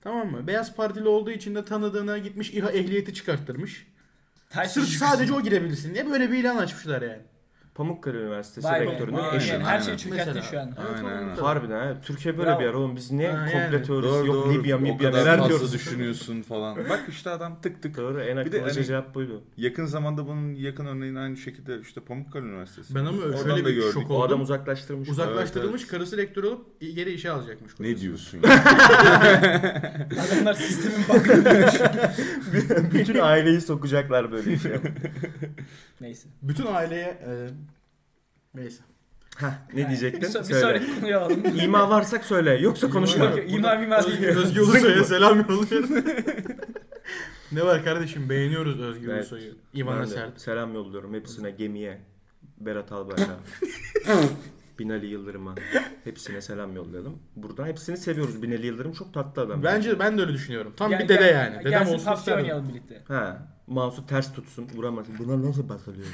Speaker 4: Tamam mı? Beyaz partili olduğu için de tanıdığına gitmiş İHA ehliyeti çıkarttırmış.
Speaker 3: Tay
Speaker 4: Sırf
Speaker 3: sürücü
Speaker 4: sadece o girebilsin diye böyle bir ilan açmışlar yani.
Speaker 1: Pamukkale Üniversitesi
Speaker 3: Vay be.
Speaker 1: rektörünün
Speaker 3: Aynen,
Speaker 1: eşi.
Speaker 3: Her şeyi
Speaker 2: Aynen.
Speaker 3: çökertti
Speaker 4: Mesela.
Speaker 3: şu an.
Speaker 2: Aynen aynen.
Speaker 1: Harbiden ha. Türkiye böyle
Speaker 3: Bravo.
Speaker 1: bir yer oğlum. Biz niye
Speaker 4: Ha, yani.
Speaker 1: komple teorisi
Speaker 2: Doğru,
Speaker 1: yok
Speaker 2: doğru.
Speaker 1: Libya,
Speaker 2: O
Speaker 1: Libya
Speaker 2: kadar
Speaker 1: neler
Speaker 2: fazla
Speaker 1: diyoruz.
Speaker 2: düşünüyorsun falan. Bak işte adam tık tık.
Speaker 1: Doğru en
Speaker 2: Bir de
Speaker 1: akıllıca
Speaker 2: hani-
Speaker 1: cevap buydu.
Speaker 2: Yakın zamanda bunun yakın örneğini aynı şekilde işte Pamukkale Üniversitesi.
Speaker 4: Ben ama
Speaker 2: Oradan
Speaker 4: şöyle
Speaker 2: da
Speaker 4: bir
Speaker 2: gördük.
Speaker 4: şok
Speaker 1: O adam
Speaker 4: oldum.
Speaker 1: uzaklaştırmış.
Speaker 4: Uzaklaştırılmış karısı rektör olup geri işe alacakmış.
Speaker 2: Ne diyorsun ya?
Speaker 3: Adamlar sistemin bakın.
Speaker 1: Bütün aileyi sokacaklar böyle şey. işe.
Speaker 3: Neyse.
Speaker 4: Bütün aileye... e, neyse.
Speaker 1: Hah, ne
Speaker 3: Bir,
Speaker 1: diyecektin?
Speaker 3: so- bir
Speaker 1: Söyle.
Speaker 3: sonraki konuya alalım.
Speaker 1: İma varsak söyle. Yoksa konuşma.
Speaker 3: Yok, İmam İmam.
Speaker 4: Özgür Ulusoy'a selam yolluyorum. ne var kardeşim beğeniyoruz Özgür
Speaker 1: Evet.
Speaker 4: Ulusoy'u.
Speaker 1: Ben
Speaker 4: İvan
Speaker 1: de
Speaker 4: Sert.
Speaker 1: Selam yolluyorum hepsine gemiye. Berat Albayrak'a. Binali Yıldırım'a. Hepsine selam yollayalım. Buradan hepsini seviyoruz. Binali Yıldırım çok tatlı adam.
Speaker 4: Bence ben de öyle düşünüyorum. Tam
Speaker 3: Gel-
Speaker 4: bir dede
Speaker 3: gel-
Speaker 4: yani. Dedem
Speaker 3: gelsin
Speaker 4: olsun
Speaker 3: PUBG
Speaker 4: isterdim.
Speaker 3: oynayalım birlikte.
Speaker 1: Ha, mouse'u ters tutsun, vuramasın. Buna nasıl bakılıyor?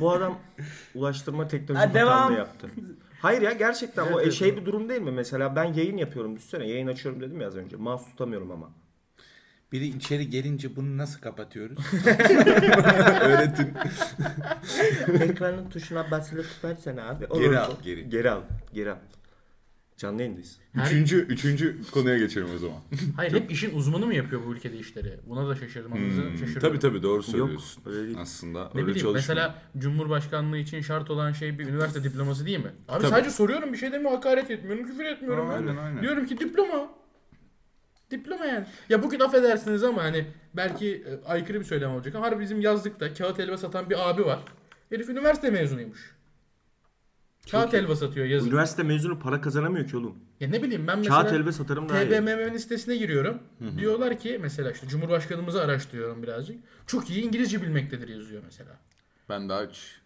Speaker 1: Bu adam ulaştırma teknoloji
Speaker 3: Ha, devam.
Speaker 1: bakanlığı yaptı. Hayır ya gerçekten o
Speaker 4: Evet,
Speaker 1: e,
Speaker 4: evet,
Speaker 1: şey
Speaker 4: evet.
Speaker 1: bir durum değil mi? Mesela ben yayın yapıyorum düşsene. Yayın açıyorum dedim ya az önce. Mouse tutamıyorum ama.
Speaker 2: Biri içeri gelince bunu nasıl kapatıyoruz? Öğretin.
Speaker 1: Ekranın tuşuna basılı tutarsana abi. Olur
Speaker 2: Geri
Speaker 1: mu?
Speaker 2: al, geri.
Speaker 1: Geri al. Geri al. Canlı yayındayız.
Speaker 2: Üçüncü, üçüncü konuya geçelim o zaman.
Speaker 5: Hayır hep işin uzmanı mı yapıyor bu ülkede işleri? Buna da şaşırmanızı
Speaker 2: Hmm.
Speaker 5: şaşırıyorum.
Speaker 2: Tabii tabii doğru söylüyorsun.
Speaker 1: öyle değil.
Speaker 2: Aslında
Speaker 5: Ne
Speaker 2: öyle
Speaker 5: bileyim
Speaker 2: çalışmıyor.
Speaker 5: mesela Cumhurbaşkanlığı için şart olan şey bir üniversite diploması değil mi? Abi
Speaker 2: Tabii.
Speaker 5: sadece soruyorum bir şey demiyor hakaret etmiyorum küfür etmiyorum.
Speaker 2: Aa,
Speaker 5: ben.
Speaker 2: aynen, aynen.
Speaker 5: Diyorum ki diploma. Diploma yani. Ya bugün affedersiniz ama hani belki e, aykırı bir söylem olacak ama harbi bizim yazlıkta kağıt elba satan bir abi var. Herif üniversite mezunuymuş. Kağıt elba satıyor yazın.
Speaker 1: Üniversite mezunu para kazanamıyor ki oğlum.
Speaker 5: Ya ne bileyim ben mesela...
Speaker 1: Kağıt elbe satarım daha iyi.
Speaker 5: TBMM'nin sitesine giriyorum. Diyorlar ki mesela işte Cumhurbaşkanımızı araştırıyorum birazcık. Çok iyi İngilizce bilmektedir yazıyor mesela.
Speaker 2: Ben daha aç.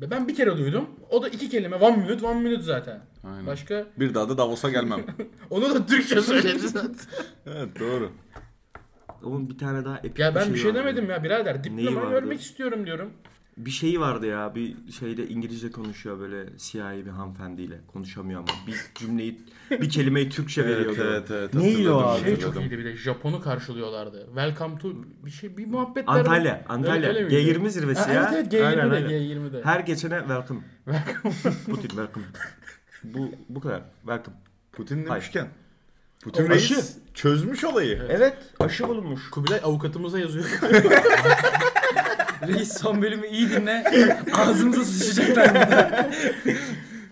Speaker 5: Ve Ben bir kere duydum. O da iki kelime. One minute, one minute zaten.
Speaker 2: Aynen.
Speaker 5: Başka?
Speaker 2: Bir daha da Davos'a gelmem.
Speaker 5: Onu da Türkçe
Speaker 1: şey
Speaker 5: söyledi zaten.
Speaker 2: evet doğru.
Speaker 1: Oğlum bir tane daha epik
Speaker 5: ya ben bir şey
Speaker 1: vardı.
Speaker 5: demedim ya birader.
Speaker 1: Neyi
Speaker 5: Diploma
Speaker 1: vardı?
Speaker 5: görmek istiyorum diyorum.
Speaker 1: Bir şeyi vardı ya bir şeyde İngilizce konuşuyor böyle siyahi bir hanımefendiyle. Konuşamıyor ama bir cümleyi bir kelimeyi Türkçe veriyor.
Speaker 2: Evet evet evet.
Speaker 1: Neydi o
Speaker 2: hatırladım,
Speaker 1: abi?
Speaker 5: Şey çok
Speaker 2: hatırladım.
Speaker 5: iyiydi bir de. Japon'u karşılıyorlardı. Welcome to bir şey bir muhabbetler. var.
Speaker 1: Antalya, Antalya.
Speaker 5: Öyle- öyle miydi?
Speaker 1: G20 zirvesi
Speaker 5: Ha,
Speaker 1: ya.
Speaker 5: Evet evet G20'de
Speaker 1: Aynen, aynen.
Speaker 5: G20'de.
Speaker 1: Her geçene welcome. Welcome. Putin welcome. Bu bu kadar. Welcome.
Speaker 2: Putin
Speaker 1: Hayır.
Speaker 2: demişken. Putin
Speaker 1: O
Speaker 2: reis
Speaker 1: aşı.
Speaker 2: çözmüş olayı.
Speaker 1: Evet, aşı bulunmuş.
Speaker 4: Kubilay avukatımıza yazıyor.
Speaker 3: Reis son bölümü iyi dinle. Ağzımıza sıçacaklar burada.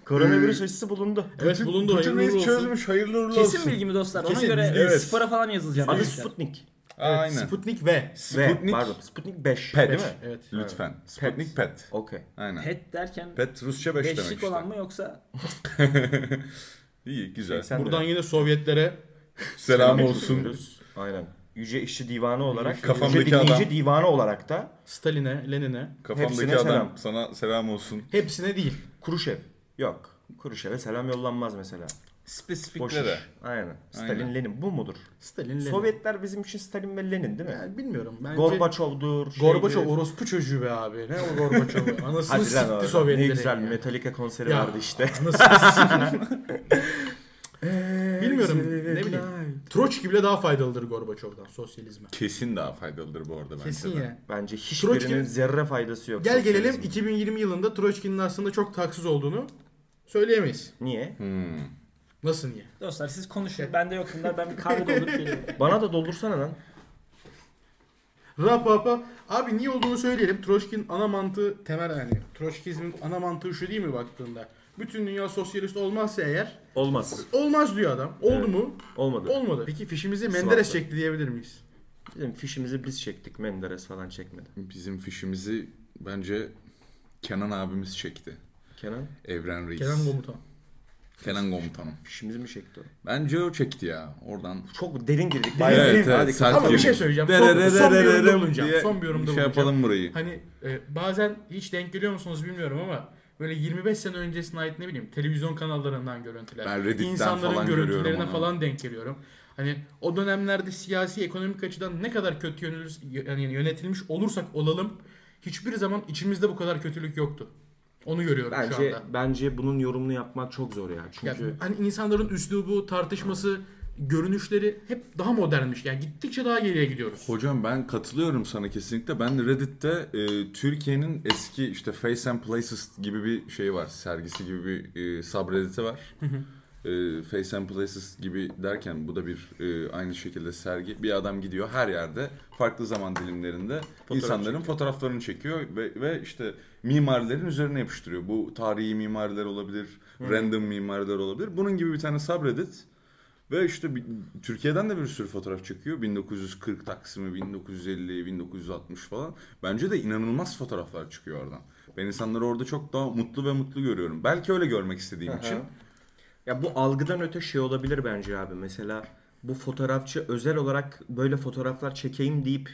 Speaker 1: Koronavirüs aşısı bulundu.
Speaker 4: evet bulundu
Speaker 2: Putin
Speaker 4: hayırlı
Speaker 2: reis
Speaker 4: uğurlu olsun.
Speaker 2: çözmüş hayırlı uğurlu olsun.
Speaker 3: Kesin bilgi mi dostlar? Ona
Speaker 2: Kesin,
Speaker 3: göre
Speaker 2: yüzde yüz.
Speaker 3: spora falan yazılacak.
Speaker 1: Adı
Speaker 3: arkadaşlar.
Speaker 1: Sputnik.
Speaker 2: Aynen.
Speaker 4: Sputnik V.
Speaker 1: Ve,
Speaker 2: Sputnik.
Speaker 1: pardon, Sputnik 5.
Speaker 2: Pet.
Speaker 1: Değil mi?
Speaker 4: Evet.
Speaker 2: Lütfen. Sputnik Pet.
Speaker 1: Okey.
Speaker 2: Aynen. Pet,
Speaker 3: Pet derken
Speaker 2: Rusça 5 demek
Speaker 3: beşlik
Speaker 2: işte.
Speaker 3: olan mı yoksa
Speaker 2: İyi güzel.
Speaker 1: Sen de-
Speaker 4: Buradan yine Sovyetlere
Speaker 2: Selam
Speaker 1: Selam
Speaker 2: olsun.
Speaker 1: ediyoruz. Aynen. Yüce işçi divanı olarak,
Speaker 2: Kafamdaki
Speaker 1: Yüce dinleyici
Speaker 2: adam.
Speaker 1: divanı olarak da
Speaker 4: Stalin'e, Lenin'e
Speaker 2: Kafamdaki
Speaker 1: Hepsine
Speaker 2: adam
Speaker 1: selam.
Speaker 2: sana selam olsun.
Speaker 4: hepsine değil.
Speaker 1: Kuruşev. Yok. Kuruşev'e selam yollanmaz mesela. Boş iş.
Speaker 2: Spesifiklere.
Speaker 1: Aynen. Stalin,
Speaker 2: Aynen.
Speaker 1: Lenin bu mudur?
Speaker 4: Stalin, Lenin.
Speaker 1: Sovyetler bizim için Stalin ve Lenin değil mi?
Speaker 4: Yani bilmiyorum. Bence
Speaker 1: Gorbaçov'dur.
Speaker 4: Gorbaçov
Speaker 1: şeydir.
Speaker 4: orospu çocuğu be abi. Ne o Gorbaçov'u? Anasını
Speaker 1: şey Hadi lan
Speaker 4: sikti
Speaker 1: oradan. Ne
Speaker 4: Sovyetleri.
Speaker 1: güzel Metallica konseri
Speaker 4: Ya.
Speaker 1: vardı işte.
Speaker 4: Bilmiyorum, ne bileyim. Troçki bile daha faydalıdır Gorbaçov'dan sosyalizme.
Speaker 2: Kesin daha faydalıdır bu arada bence. de.
Speaker 4: Kesin ya.
Speaker 1: Bence hiçbirinin
Speaker 4: Troçki-
Speaker 1: zerre faydası yok.
Speaker 4: Gel gelelim
Speaker 1: sosyalizmin.
Speaker 4: 2020 yılında Troçki'nin aslında çok taksız olduğunu söyleyemeyiz.
Speaker 1: Niye?
Speaker 4: Nasıl niye?
Speaker 3: dostlar siz konuşun. Ben de yokum da ben bir kahve doldurup geliyorum.
Speaker 1: Bana da doldursana lan.
Speaker 4: Rap rap rap. Abi niye olduğunu söyleyelim. Troçki'nin ana mantığı temel yani. Troçkizmin ana mantığı şu değil mi baktığında? Bütün dünya sosyalist olmazsa eğer
Speaker 1: Olmaz.
Speaker 4: olmaz diyor adam. Oldu mu?
Speaker 1: Olmadı.
Speaker 4: Olmadı. Peki fişimizi
Speaker 1: Sıvaptı.
Speaker 4: Menderes çekti diyebilir miyiz?
Speaker 1: Bizim fişimizi biz çektik. Menderes falan çekmedi.
Speaker 2: Bizim fişimizi bence Kenan abimiz çekti.
Speaker 1: Kenan
Speaker 2: Evren Reis.
Speaker 4: Kenan Komutan.
Speaker 2: Kenan komutanım.
Speaker 1: fişimizi mi çekti o?
Speaker 2: Bence o çekti ya oradan.
Speaker 1: Çok derin girdik.
Speaker 2: Evet,
Speaker 1: Derin.
Speaker 2: evet,
Speaker 1: Hadi
Speaker 2: sert
Speaker 4: Ama bir
Speaker 2: girdik.
Speaker 4: şey söyleyeceğim. Son, son bir yorumda
Speaker 2: Dererererem
Speaker 4: bulunacağım.
Speaker 2: diye
Speaker 4: Son bir yorumda
Speaker 2: şey
Speaker 4: bulunacağım.
Speaker 2: yapalım burayı.
Speaker 4: Hani e, bazen hiç denk geliyor musunuz bilmiyorum ama böyle 25 sene öncesine ait ne bileyim televizyon kanallarından görüntüler.
Speaker 2: Ben Reddit'ten
Speaker 4: insanların
Speaker 2: falan görüyorum
Speaker 4: görüntülerine
Speaker 2: onu.
Speaker 4: falan denk geliyorum. Hani o dönemlerde siyasi ekonomik açıdan ne kadar kötü yöneliriz- yani yönetilmiş olursak olalım hiçbir zaman içimizde bu kadar kötülük yoktu. Onu görüyorum şu
Speaker 1: Bence
Speaker 4: anda.
Speaker 1: bence bunun yorumunu yapmak çok zor ya.
Speaker 4: Ya,
Speaker 1: Çünkü
Speaker 4: hani insanların üslubu, tartışması, görünüşleri hep daha modernmiş. Yani gittikçe daha geriye gidiyoruz.
Speaker 2: Hocam ben katılıyorum sana kesinlikle. Ben de Reddit'te e, Türkiye'nin eski işte Face and Places gibi bir şey var. Sergisi gibi bir e, subreddit'i var. E, Face and Places gibi derken bu da bir e, aynı şekilde sergi. Bir adam gidiyor her yerde farklı zaman dilimlerinde insanların fotoğraflarını çekiyor ve, ve işte mimarilerin üzerine yapıştırıyor. Bu tarihi mimariler olabilir, random mimariler olabilir. Bunun gibi bir tane subreddit. Ve işte bir- Türkiye'den de bir sürü fotoğraf çıkıyor. 1940 Taksim'i, 1950, 1960 falan. Bence de inanılmaz fotoğraflar çıkıyor oradan. Ben insanları orada çok daha mutlu ve mutlu görüyorum. Belki öyle görmek istediğim için.
Speaker 1: ya bu algıdan öte şey olabilir bence abi. Mesela bu fotoğrafçı özel olarak böyle fotoğraflar çekeyim deyip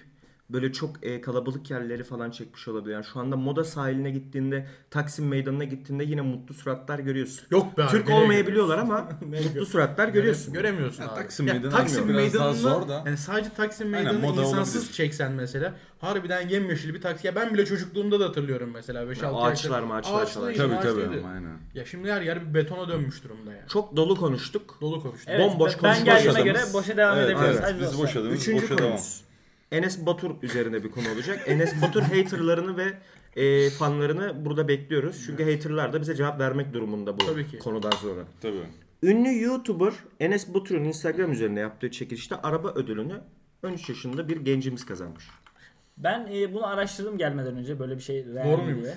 Speaker 1: böyle çok e, kalabalık yerleri falan çekmiş olabilir. Yani şu anda moda sahiline gittiğinde, Taksim Meydanı'na gittiğinde yine mutlu suratlar görüyorsun.
Speaker 4: Yok be abi,
Speaker 1: Türk
Speaker 4: nereye
Speaker 1: olmayabiliyorlar ama mutlu suratlar görüyorsun.
Speaker 4: Göremiyorsun
Speaker 2: Ya
Speaker 4: abi.
Speaker 2: Taksim
Speaker 4: Ya
Speaker 2: Meydanı
Speaker 4: Taksim
Speaker 2: bilmiyorum, biraz daha
Speaker 4: Meydanı'nı-
Speaker 2: zor da.
Speaker 4: Yani sadece Taksim
Speaker 2: Aynen,
Speaker 4: Meydanı'nı
Speaker 2: moda
Speaker 4: insansız
Speaker 2: olabilir.
Speaker 4: çeksen mesela. Harbiden yemyeşil bir taksi. Ya ben bile çocukluğumda da hatırlıyorum mesela. 5-6
Speaker 1: ağaçlar mağaçlar falan.
Speaker 2: Tabii tabii. Aynen.
Speaker 5: Ya şimdi her yer bir betona dönmüş durumda yani.
Speaker 1: Çok dolu konuştuk.
Speaker 5: Dolu konuştu.
Speaker 1: Evet. Bomboş
Speaker 3: ben
Speaker 1: konuşma
Speaker 3: geldiğime
Speaker 1: yaşadınız.
Speaker 3: göre boşa devam
Speaker 2: Evet,
Speaker 3: edebiliriz.
Speaker 2: evet.
Speaker 3: Hadi
Speaker 2: Biz
Speaker 3: dostlar.
Speaker 2: boşadığımız
Speaker 1: Üçüncü
Speaker 2: boşa devam.
Speaker 1: konumuz. Enes Batur üzerine bir konu olacak. Enes Batur haterlarını ve e, fanlarını burada bekliyoruz. Çünkü haterlar da bize cevap vermek durumunda bu
Speaker 5: Tabii ki.
Speaker 1: konudan sonra.
Speaker 2: Tabii.
Speaker 1: Ünlü YouTuber Enes Batur'un Instagram üzerine yaptığı çekilişte araba ödülünü 13 yaşında bir gencimiz kazanmış.
Speaker 3: Ben e, bunu araştırdım gelmeden önce böyle bir şey real
Speaker 5: Doğru
Speaker 3: mi
Speaker 5: muymuş?
Speaker 3: diye.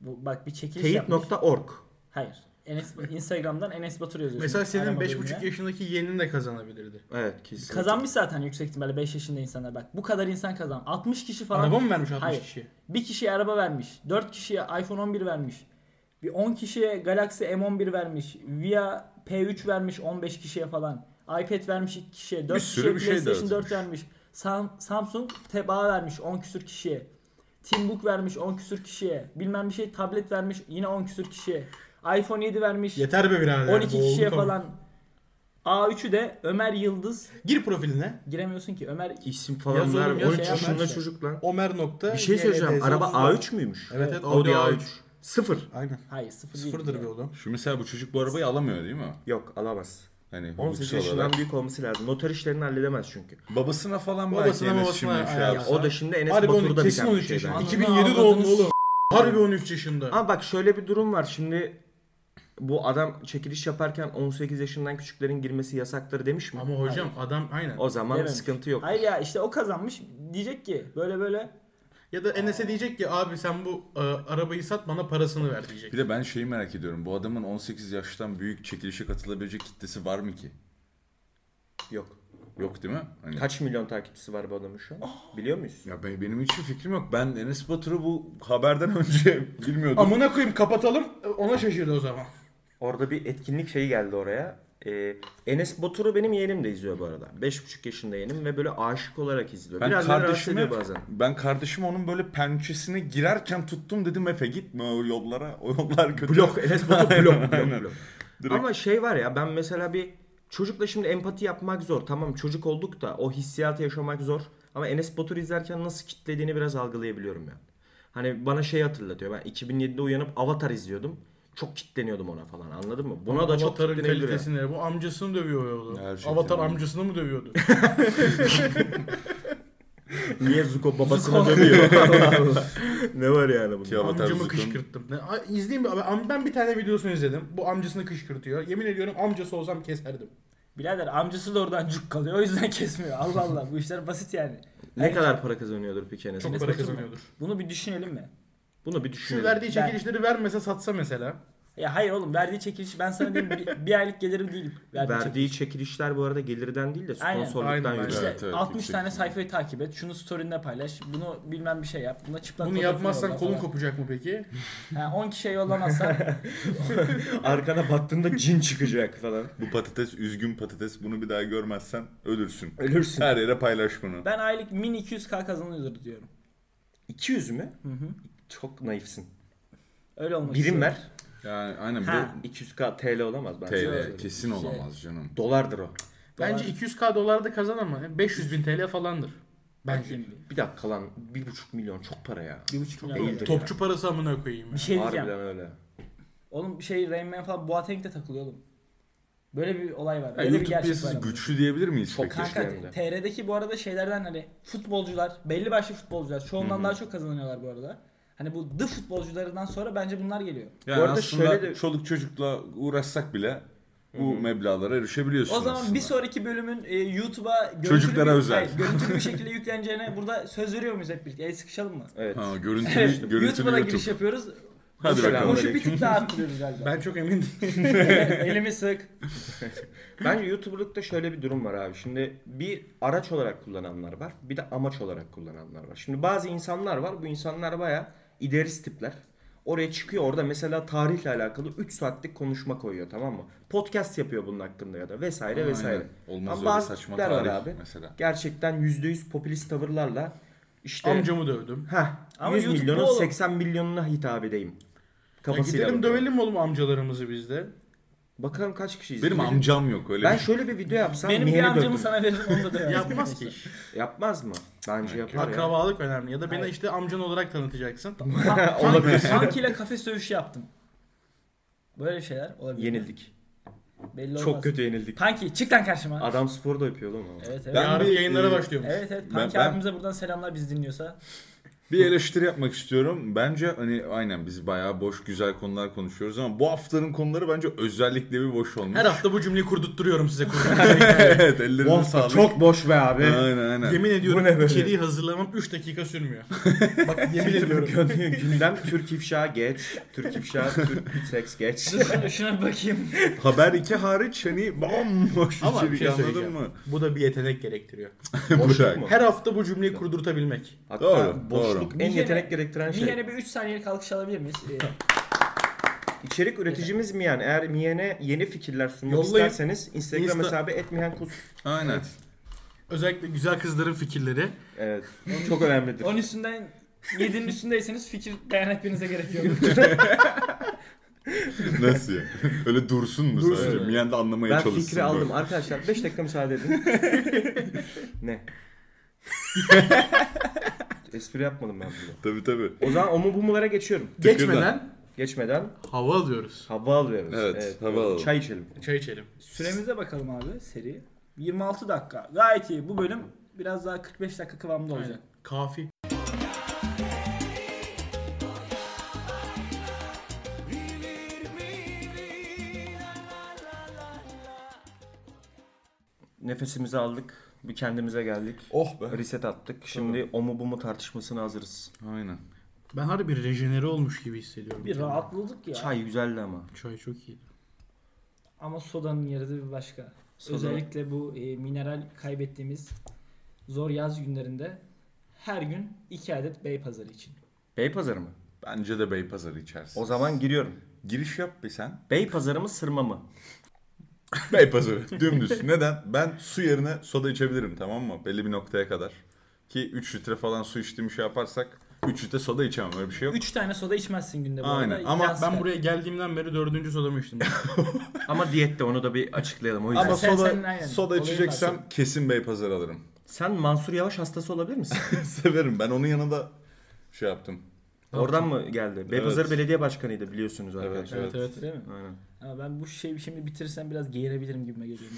Speaker 3: Bu, bak bir çekiliş yapmış.
Speaker 1: Teyit.org
Speaker 3: Hayır. Enes, Instagram'dan Enes Batur yazıyorsun.
Speaker 5: Mesela senin
Speaker 3: Arama
Speaker 5: 5,5
Speaker 3: bölümüne.
Speaker 5: yaşındaki yeğenin de kazanabilirdi.
Speaker 1: Evet kesinlikle.
Speaker 3: Kazanmış zaten yüksek ihtimalle 5 yaşında insanlar bak. Bu kadar insan kazan. 60 kişi falan.
Speaker 5: Araba mı vermiş 60
Speaker 3: Hayır.
Speaker 5: kişi?
Speaker 3: Bir kişiye araba vermiş. 4 kişiye iPhone 11 vermiş. Bir 10 kişiye Galaxy M11 vermiş. Via P3 vermiş 15 kişiye falan. iPad vermiş 2 kişiye. 4
Speaker 2: Bir sürü
Speaker 3: kişiye
Speaker 2: bir şey
Speaker 3: PlayStation 4
Speaker 2: dağıtılmış.
Speaker 3: vermiş. Sam- Samsung teba vermiş 10 küsür kişiye. Timbuk vermiş 10 küsür kişiye. Bilmem bir şey tablet vermiş yine 10 küsür kişiye. iPhone 7 vermiş.
Speaker 5: Yeter be
Speaker 3: 12
Speaker 5: birader. boğulduk
Speaker 3: kişiye
Speaker 5: ama.
Speaker 3: falan. A3'ü de Ömer Yıldız
Speaker 5: Gir profiline.
Speaker 3: giremiyorsun ki. Ömer
Speaker 1: İsim falan
Speaker 5: Yaz
Speaker 1: ver.
Speaker 5: oğlum, yaz
Speaker 1: 13
Speaker 3: şey
Speaker 1: yaşında
Speaker 3: yapmaz.
Speaker 1: çocuk lan.
Speaker 5: Omer nokta.
Speaker 1: Bir şey söyleyeceğim.
Speaker 5: YLDZ
Speaker 1: Araba
Speaker 5: 34.
Speaker 1: A3 müymüymüş?
Speaker 5: Evet evet
Speaker 1: Audi A3. Sıfır.
Speaker 5: Aynen.
Speaker 3: hayır sıfır değil.
Speaker 5: Sıfırdır bir oğlum.
Speaker 2: Şu mesela bu çocuk bu arabayı alamıyor değil mi?
Speaker 1: Yok alamaz.
Speaker 2: Hani
Speaker 1: 18
Speaker 2: hukuksal
Speaker 1: yaşından
Speaker 2: olarak.
Speaker 1: büyük olması lazım. Noter işlerini halledemez çünkü.
Speaker 2: Babasına falan
Speaker 5: Babasına,
Speaker 2: belki Enes
Speaker 5: babasına
Speaker 2: şimdi şey
Speaker 5: ayağı-
Speaker 1: Ya
Speaker 2: yapsın.
Speaker 1: o da şimdi Enes
Speaker 5: Harbi
Speaker 1: Batur'da
Speaker 5: 13,
Speaker 1: biten
Speaker 5: kesin
Speaker 1: bir
Speaker 5: 13
Speaker 1: şey
Speaker 5: yaşında.
Speaker 1: bence.
Speaker 3: Ananı
Speaker 5: 2007 doğumlu
Speaker 3: avradınız.
Speaker 5: oğlum. Harbi 13 yaşında.
Speaker 1: Ama bak şöyle bir durum var. Şimdi bu adam çekiliş yaparken 18 yaşından küçüklerin girmesi yasaktır demiş mi?
Speaker 5: Ama hocam adam aynen.
Speaker 1: o zaman
Speaker 3: Dememiş.
Speaker 1: sıkıntı yok.
Speaker 3: Hayır ya işte o kazanmış. Diyecek ki böyle böyle
Speaker 5: Ya da Enes'e diyecek ki abi sen bu e, arabayı sat bana parasını ver diyecek.
Speaker 2: Bir de ben şeyi merak ediyorum. Bu adamın 18 yaştan büyük çekilişe katılabilecek kitlesi var mı ki?
Speaker 1: Yok.
Speaker 2: Yok değil mi? Hani...
Speaker 1: Kaç milyon takipçisi var bu adamın şu an? Biliyor muyuz?
Speaker 2: Ya ben, benim hiçbir fikrim yok. Ben Enes Batur'u bu haberden önce bilmiyordum.
Speaker 5: Amına koyayım kapatalım e, ona şaşırdı o zaman.
Speaker 1: Orada bir etkinlik şeyi geldi oraya. Ee, Enes Batur'u benim yeğenim de izliyor bu arada. 5,5 yaşında yeğenim ve böyle aşık olarak izliyor.
Speaker 2: Ben
Speaker 1: Biraz beni rahatsız
Speaker 2: kardeşime,
Speaker 1: ediyor bazen.
Speaker 2: ben kardeşim onun böyle pençesine girerken tuttum dedim Efe gitme o yollara. O yollar kötü.
Speaker 1: Blok. Enes Batur blok. blok,
Speaker 2: Aynen.
Speaker 1: blok.
Speaker 2: Direkt-
Speaker 1: Ama şey var ya ben mesela bir çocukla şimdi empati yapmak zor. Tamam çocuk olduk da o hissiyatı yaşamak zor. Ama Enes Batur izlerken nasıl kitlediğini biraz algılayabiliyorum yani. Hani bana şey hatırlatıyor. Ben 2007'de uyanıp Avatar izliyordum. Çok kitleniyordum ona falan anladın mı? Buna da çok
Speaker 5: Avatar'ın
Speaker 1: kitlenebilir. yani.
Speaker 5: kalitesini bu amcasını dövüyor ya oğlum.
Speaker 2: Her şey
Speaker 5: Avatar
Speaker 2: tabii.
Speaker 5: amcasını mı dövüyordu?
Speaker 1: Niye Zuko babasına dönüyor? Allah Allah. ne var yani bunda?
Speaker 2: Ki Avatar
Speaker 5: Amcamı
Speaker 2: Zuko'nun-
Speaker 5: kışkırttım. Ne, a- İzleyeyim bir- ben- ben bir tane videosunu izledim. Bu amcasını kışkırtıyor. Yemin ediyorum amcası olsam keserdim.
Speaker 3: birader amcası da oradan cuk kalıyor. O yüzden kesmiyor. Allah Allah bu işler basit yani.
Speaker 1: Ne kadar para kazanıyordur peki Enes?
Speaker 5: Çok
Speaker 1: Enes
Speaker 5: para
Speaker 1: Batur?
Speaker 5: kazanıyordur.
Speaker 3: Bunu bir düşünelim mi?
Speaker 1: Bunu bir
Speaker 5: Şu
Speaker 1: düşünelim.
Speaker 5: verdiği çekilişleri vermese satsa mesela.
Speaker 3: Ya hayır oğlum verdiği çekiliş ben sana diyeyim bir, bir aylık gelirim değil. Verdiği
Speaker 1: Verdiği çekilişler bu arada gelirden değil de
Speaker 3: Aynen.
Speaker 1: sponsorluktan
Speaker 5: Aynen,
Speaker 1: yürüyor.
Speaker 5: aynen.
Speaker 3: İşte
Speaker 2: Evet, evet,
Speaker 3: 60
Speaker 2: yüksek
Speaker 3: tane
Speaker 2: ihtimal.
Speaker 3: sayfayı takip et. Şunu story'inde paylaş. Bunu bilmem bir şey yap. Buna çıplak
Speaker 5: Bunu
Speaker 3: fotoğrafını
Speaker 5: yapmazsan
Speaker 3: yolla
Speaker 5: kolun
Speaker 3: falan.
Speaker 5: kopacak mı peki?
Speaker 3: Ha, 10 kişiye yollamazsan
Speaker 1: Arkana baktığında cin çıkacak falan.
Speaker 2: Bu patates üzgün patates bunu bir daha görmezsen ölürsün.
Speaker 1: Ölürsün.
Speaker 2: Her yere paylaş bunu.
Speaker 3: ben aylık 1200k kazanıyordur diyorum.
Speaker 1: 200 mü? Çok naifsin.
Speaker 3: Öyle olmak
Speaker 1: Birim
Speaker 3: istiyorum.
Speaker 1: ver.
Speaker 2: Yani aynen
Speaker 3: Ha.
Speaker 2: bu
Speaker 1: 200k TL olamaz bence.
Speaker 2: TL kesin
Speaker 3: Şey.
Speaker 2: olamaz canım.
Speaker 1: Dolardır o.
Speaker 5: Bence
Speaker 3: Dolar-
Speaker 5: 200k dolar da kazan ama 500 bin TL falandır. Bence.
Speaker 3: Bakayım bir.
Speaker 1: Bir dakika lan 1,5 milyon çok para ya.
Speaker 3: Bir buçuk milyon
Speaker 1: iyidir.
Speaker 3: dolar.
Speaker 5: Topçu parası amına koyayım. ya.
Speaker 3: Bir şey diyeceğim.
Speaker 1: Harbiden öyle.
Speaker 3: Oğlum bir şey Rain Man falan Boateng de takılıyor oğlum. Böyle bir olay var.
Speaker 2: Ya
Speaker 3: Böyle bir
Speaker 2: YouTube
Speaker 3: gerçek
Speaker 2: piyasası
Speaker 3: var. Güç.
Speaker 2: güçlü diyebilir miyiz
Speaker 1: Çok
Speaker 2: peki?
Speaker 1: güçlü.
Speaker 3: Kanka
Speaker 1: hem de.
Speaker 3: TR'deki bu arada şeylerden hani futbolcular, belli başlı futbolcular çoğundan daha çok kazanıyorlar bu arada. Hani bu the futbolcularından sonra bence bunlar geliyor.
Speaker 2: Yani
Speaker 1: Bu arada
Speaker 2: aslında
Speaker 1: şöyle de-
Speaker 2: çoluk çocukla uğraşsak bile bu meblağlara erişebiliyorsun
Speaker 3: O zaman
Speaker 2: aslında.
Speaker 3: bir sonraki bölümün e, YouTube'a görüntülü
Speaker 2: Çocuklara
Speaker 3: bir,
Speaker 2: özel.
Speaker 3: Hayır, görüntülü bir şekilde yükleneceğine burada söz veriyor muyuz hep birlikte? El sıkışalım mı?
Speaker 1: Evet.
Speaker 2: Ha, görüntülü,
Speaker 3: Evet,
Speaker 2: görüntülü
Speaker 3: YouTube'a da
Speaker 2: YouTube.
Speaker 3: giriş yapıyoruz.
Speaker 2: Hadi bakalım.
Speaker 3: Boşu bir tık daha arttırıyoruz galiba.
Speaker 5: Ben çok emin değilim.
Speaker 3: Elimi sık.
Speaker 1: Bence YouTuber'lıkta şöyle bir durum var abi. Şimdi bir araç olarak kullananlar var. Bir de amaç olarak kullananlar var. Şimdi bazı insanlar var. Bu insanlar baya idealist tipler. Oraya çıkıyor orada mesela tarihle alakalı 3 saatlik konuşma koyuyor tamam mı? Podcast yapıyor bunun hakkında ya da vesaire
Speaker 2: Aynen.
Speaker 1: vesaire.
Speaker 2: Olmaz öyle
Speaker 1: bazı
Speaker 2: saçma
Speaker 1: tipler var
Speaker 2: tarih
Speaker 1: abi.
Speaker 2: mesela.
Speaker 1: Gerçekten %100 popülist tavırlarla işte
Speaker 5: Amcamı dövdüm.
Speaker 1: Heh,
Speaker 3: Ama
Speaker 1: 100
Speaker 3: YouTube
Speaker 1: milyonun
Speaker 3: bu oğlum.
Speaker 1: 80 milyonuna hitap edeyim.
Speaker 5: Ya
Speaker 1: Kafasıyla
Speaker 5: gidelim
Speaker 1: bakıyor.
Speaker 5: dövelim oğlum amcalarımızı biz de.
Speaker 1: Bakalım kaç kişi izliyor.
Speaker 2: Benim amcam yok öyle
Speaker 1: Ben
Speaker 2: bir şey.
Speaker 1: şöyle bir video yapsam
Speaker 3: Benim bir
Speaker 1: miheni
Speaker 3: amcamı
Speaker 1: dövdüm.
Speaker 3: sana veririm onu da döverim.
Speaker 5: Yapmaz ki.
Speaker 1: Yapmaz mı? Bence yapar ya.
Speaker 5: Akrabalık önemli ya da beni
Speaker 3: Hayır.
Speaker 5: işte amcan olarak tanıtacaksın.
Speaker 3: Olabilir. Tank ile kafes dövüşü yaptım. Böyle şeyler olabilir.
Speaker 1: Yenildik.
Speaker 3: Belli olmaz.
Speaker 1: Çok kötü yenildik.
Speaker 3: Panki çık lan karşıma.
Speaker 1: Adam spor da yapıyor oğlum. ama.
Speaker 3: Evet evet.
Speaker 2: Ben
Speaker 4: Yarın
Speaker 2: bir-
Speaker 4: yayınlara
Speaker 2: e,
Speaker 4: başlıyormuş.
Speaker 3: Evet evet.
Speaker 2: Ben-
Speaker 3: Panki
Speaker 2: ben-
Speaker 3: abimize buradan selamlar bizi dinliyorsa.
Speaker 2: Bir eleştiri yapmak istiyorum. Bence hani aynen biz bayağı boş güzel konular konuşuyoruz ama bu haftanın konuları bence özellikle bir boş olmuş.
Speaker 4: Her hafta bu cümleyi kurdutturuyorum size. kurdum.
Speaker 2: evet ellerine sağlık.
Speaker 1: çok boş be abi.
Speaker 2: Aynen aynen.
Speaker 4: Yemin
Speaker 1: Bu ne
Speaker 4: ediyorum
Speaker 1: böyle?
Speaker 4: içeriği hazırlamam 3 dakika sürmüyor.
Speaker 1: Bak yemin ediyorum. Gün- Gündem Türk ifşa geç. Türk ifşa, Türk seks geç.
Speaker 3: Dur şuna- şuna bir bakayım.
Speaker 2: Haber 2 hariç hani bomboş
Speaker 4: Ama bir
Speaker 2: içerik
Speaker 4: şey
Speaker 2: anladın
Speaker 4: söyleyeceğim.
Speaker 2: mı?
Speaker 4: Bu da bir yetenek gerektiriyor.
Speaker 2: Burak.
Speaker 1: mu?
Speaker 4: Her hafta bu cümleyi kurdurtabilmek.
Speaker 1: Hatta
Speaker 2: Doğru,
Speaker 1: boşluk
Speaker 3: doğru.
Speaker 1: en yetenek gerektiren
Speaker 3: Bir
Speaker 1: şey.
Speaker 3: yere bir 3 saniyelik alkış alabilir miyiz? Ee,
Speaker 1: İçerik üreticimiz Miyan. Eğer Miyan'e yeni fikirler sunmak
Speaker 4: Yollayın.
Speaker 1: isterseniz Instagram
Speaker 4: Insta-
Speaker 1: hesabı etmiyen kus.
Speaker 2: Aynen.
Speaker 4: Özellikle güzel kızların fikirleri.
Speaker 1: Evet. Çok önemlidir.
Speaker 3: Onun üstünden 7'nin üstündeyseniz fikir beyan etmenize gerek yok.
Speaker 2: Nasıl ya? Öyle dursun mu
Speaker 1: Dursun.
Speaker 2: sadece? Bir yanda anlamaya
Speaker 1: Ben
Speaker 2: çalışsın.
Speaker 1: fikri aldım arkadaşlar. 5 dakika müsaade edin. ne? Espri yapmadım ben bunu.
Speaker 2: Tabi tabi.
Speaker 1: O zaman o mu bu mulara geçiyorum.
Speaker 2: Tıkırdan.
Speaker 4: Geçmeden
Speaker 1: Geçmeden
Speaker 4: hava alıyoruz.
Speaker 1: hava alıyoruz.
Speaker 2: Evet, hava alalım.
Speaker 1: Çay içelim.
Speaker 4: Çay içelim.
Speaker 3: Süremize bakalım abi seri. 26 dakika. Gayet iyi. Bu bölüm biraz daha 45 dakika kıvamında olacak.
Speaker 4: Kafi.
Speaker 1: Nefesimizi aldık. Bir kendimize geldik.
Speaker 2: Oh be.
Speaker 1: Reset attık. Şimdi o mu bu mu tartışmasına hazırız.
Speaker 2: Aynen.
Speaker 4: Ben harbi bir rejenere olmuş gibi hissediyorum.
Speaker 3: Bir rahatladık ya.
Speaker 1: Çay güzeldi ama.
Speaker 4: Çay çok iyi.
Speaker 3: Ama sodanın yeri de bir başka.
Speaker 1: Soda.
Speaker 3: Özellikle bu e, mineral kaybettiğimiz zor yaz günlerinde her gün 2 adet bey pazarı için.
Speaker 1: Beypazarı mı?
Speaker 2: Bence de Beypazarı içersin.
Speaker 1: O zaman giriyorum.
Speaker 2: Giriş yap bir sen.
Speaker 1: Beypazarı mı sırma mı?
Speaker 2: Beypazarı. Dümdüz. Neden? Ben su yerine soda içebilirim tamam mı? Belli bir noktaya kadar. Ki 3 litre falan su içtiğim şey yaparsak 3 litre soda içemem öyle bir şey yok.
Speaker 3: 3 tane soda içmezsin günde bu
Speaker 2: Aynen.
Speaker 3: arada.
Speaker 2: Ama
Speaker 3: Yansıyan.
Speaker 4: Ben buraya geldiğimden beri dördüncü sodamı içtim.
Speaker 1: Ama diyette onu da bir açıklayalım o yüzden.
Speaker 2: Ama
Speaker 3: Sen- sen-
Speaker 2: soda,
Speaker 3: sen- aynen.
Speaker 2: soda
Speaker 3: Olayı
Speaker 2: içeceksem
Speaker 3: fark
Speaker 2: kesin Beypazarı alırım.
Speaker 1: Sen Mansur Yavaş hastası olabilir misin?
Speaker 2: Severim ben onun yanında şey yaptım.
Speaker 1: Oradan mı geldi? Beypazarı
Speaker 2: Evet.
Speaker 1: Belediye Başkanıydı biliyorsunuz arkadaşlar.
Speaker 2: Evet.
Speaker 4: evet evet.
Speaker 3: Değil mi?
Speaker 1: Aynen.
Speaker 3: Ama ben bu şeyi şimdi bitirsem biraz geğirebilirim gibime geliyor.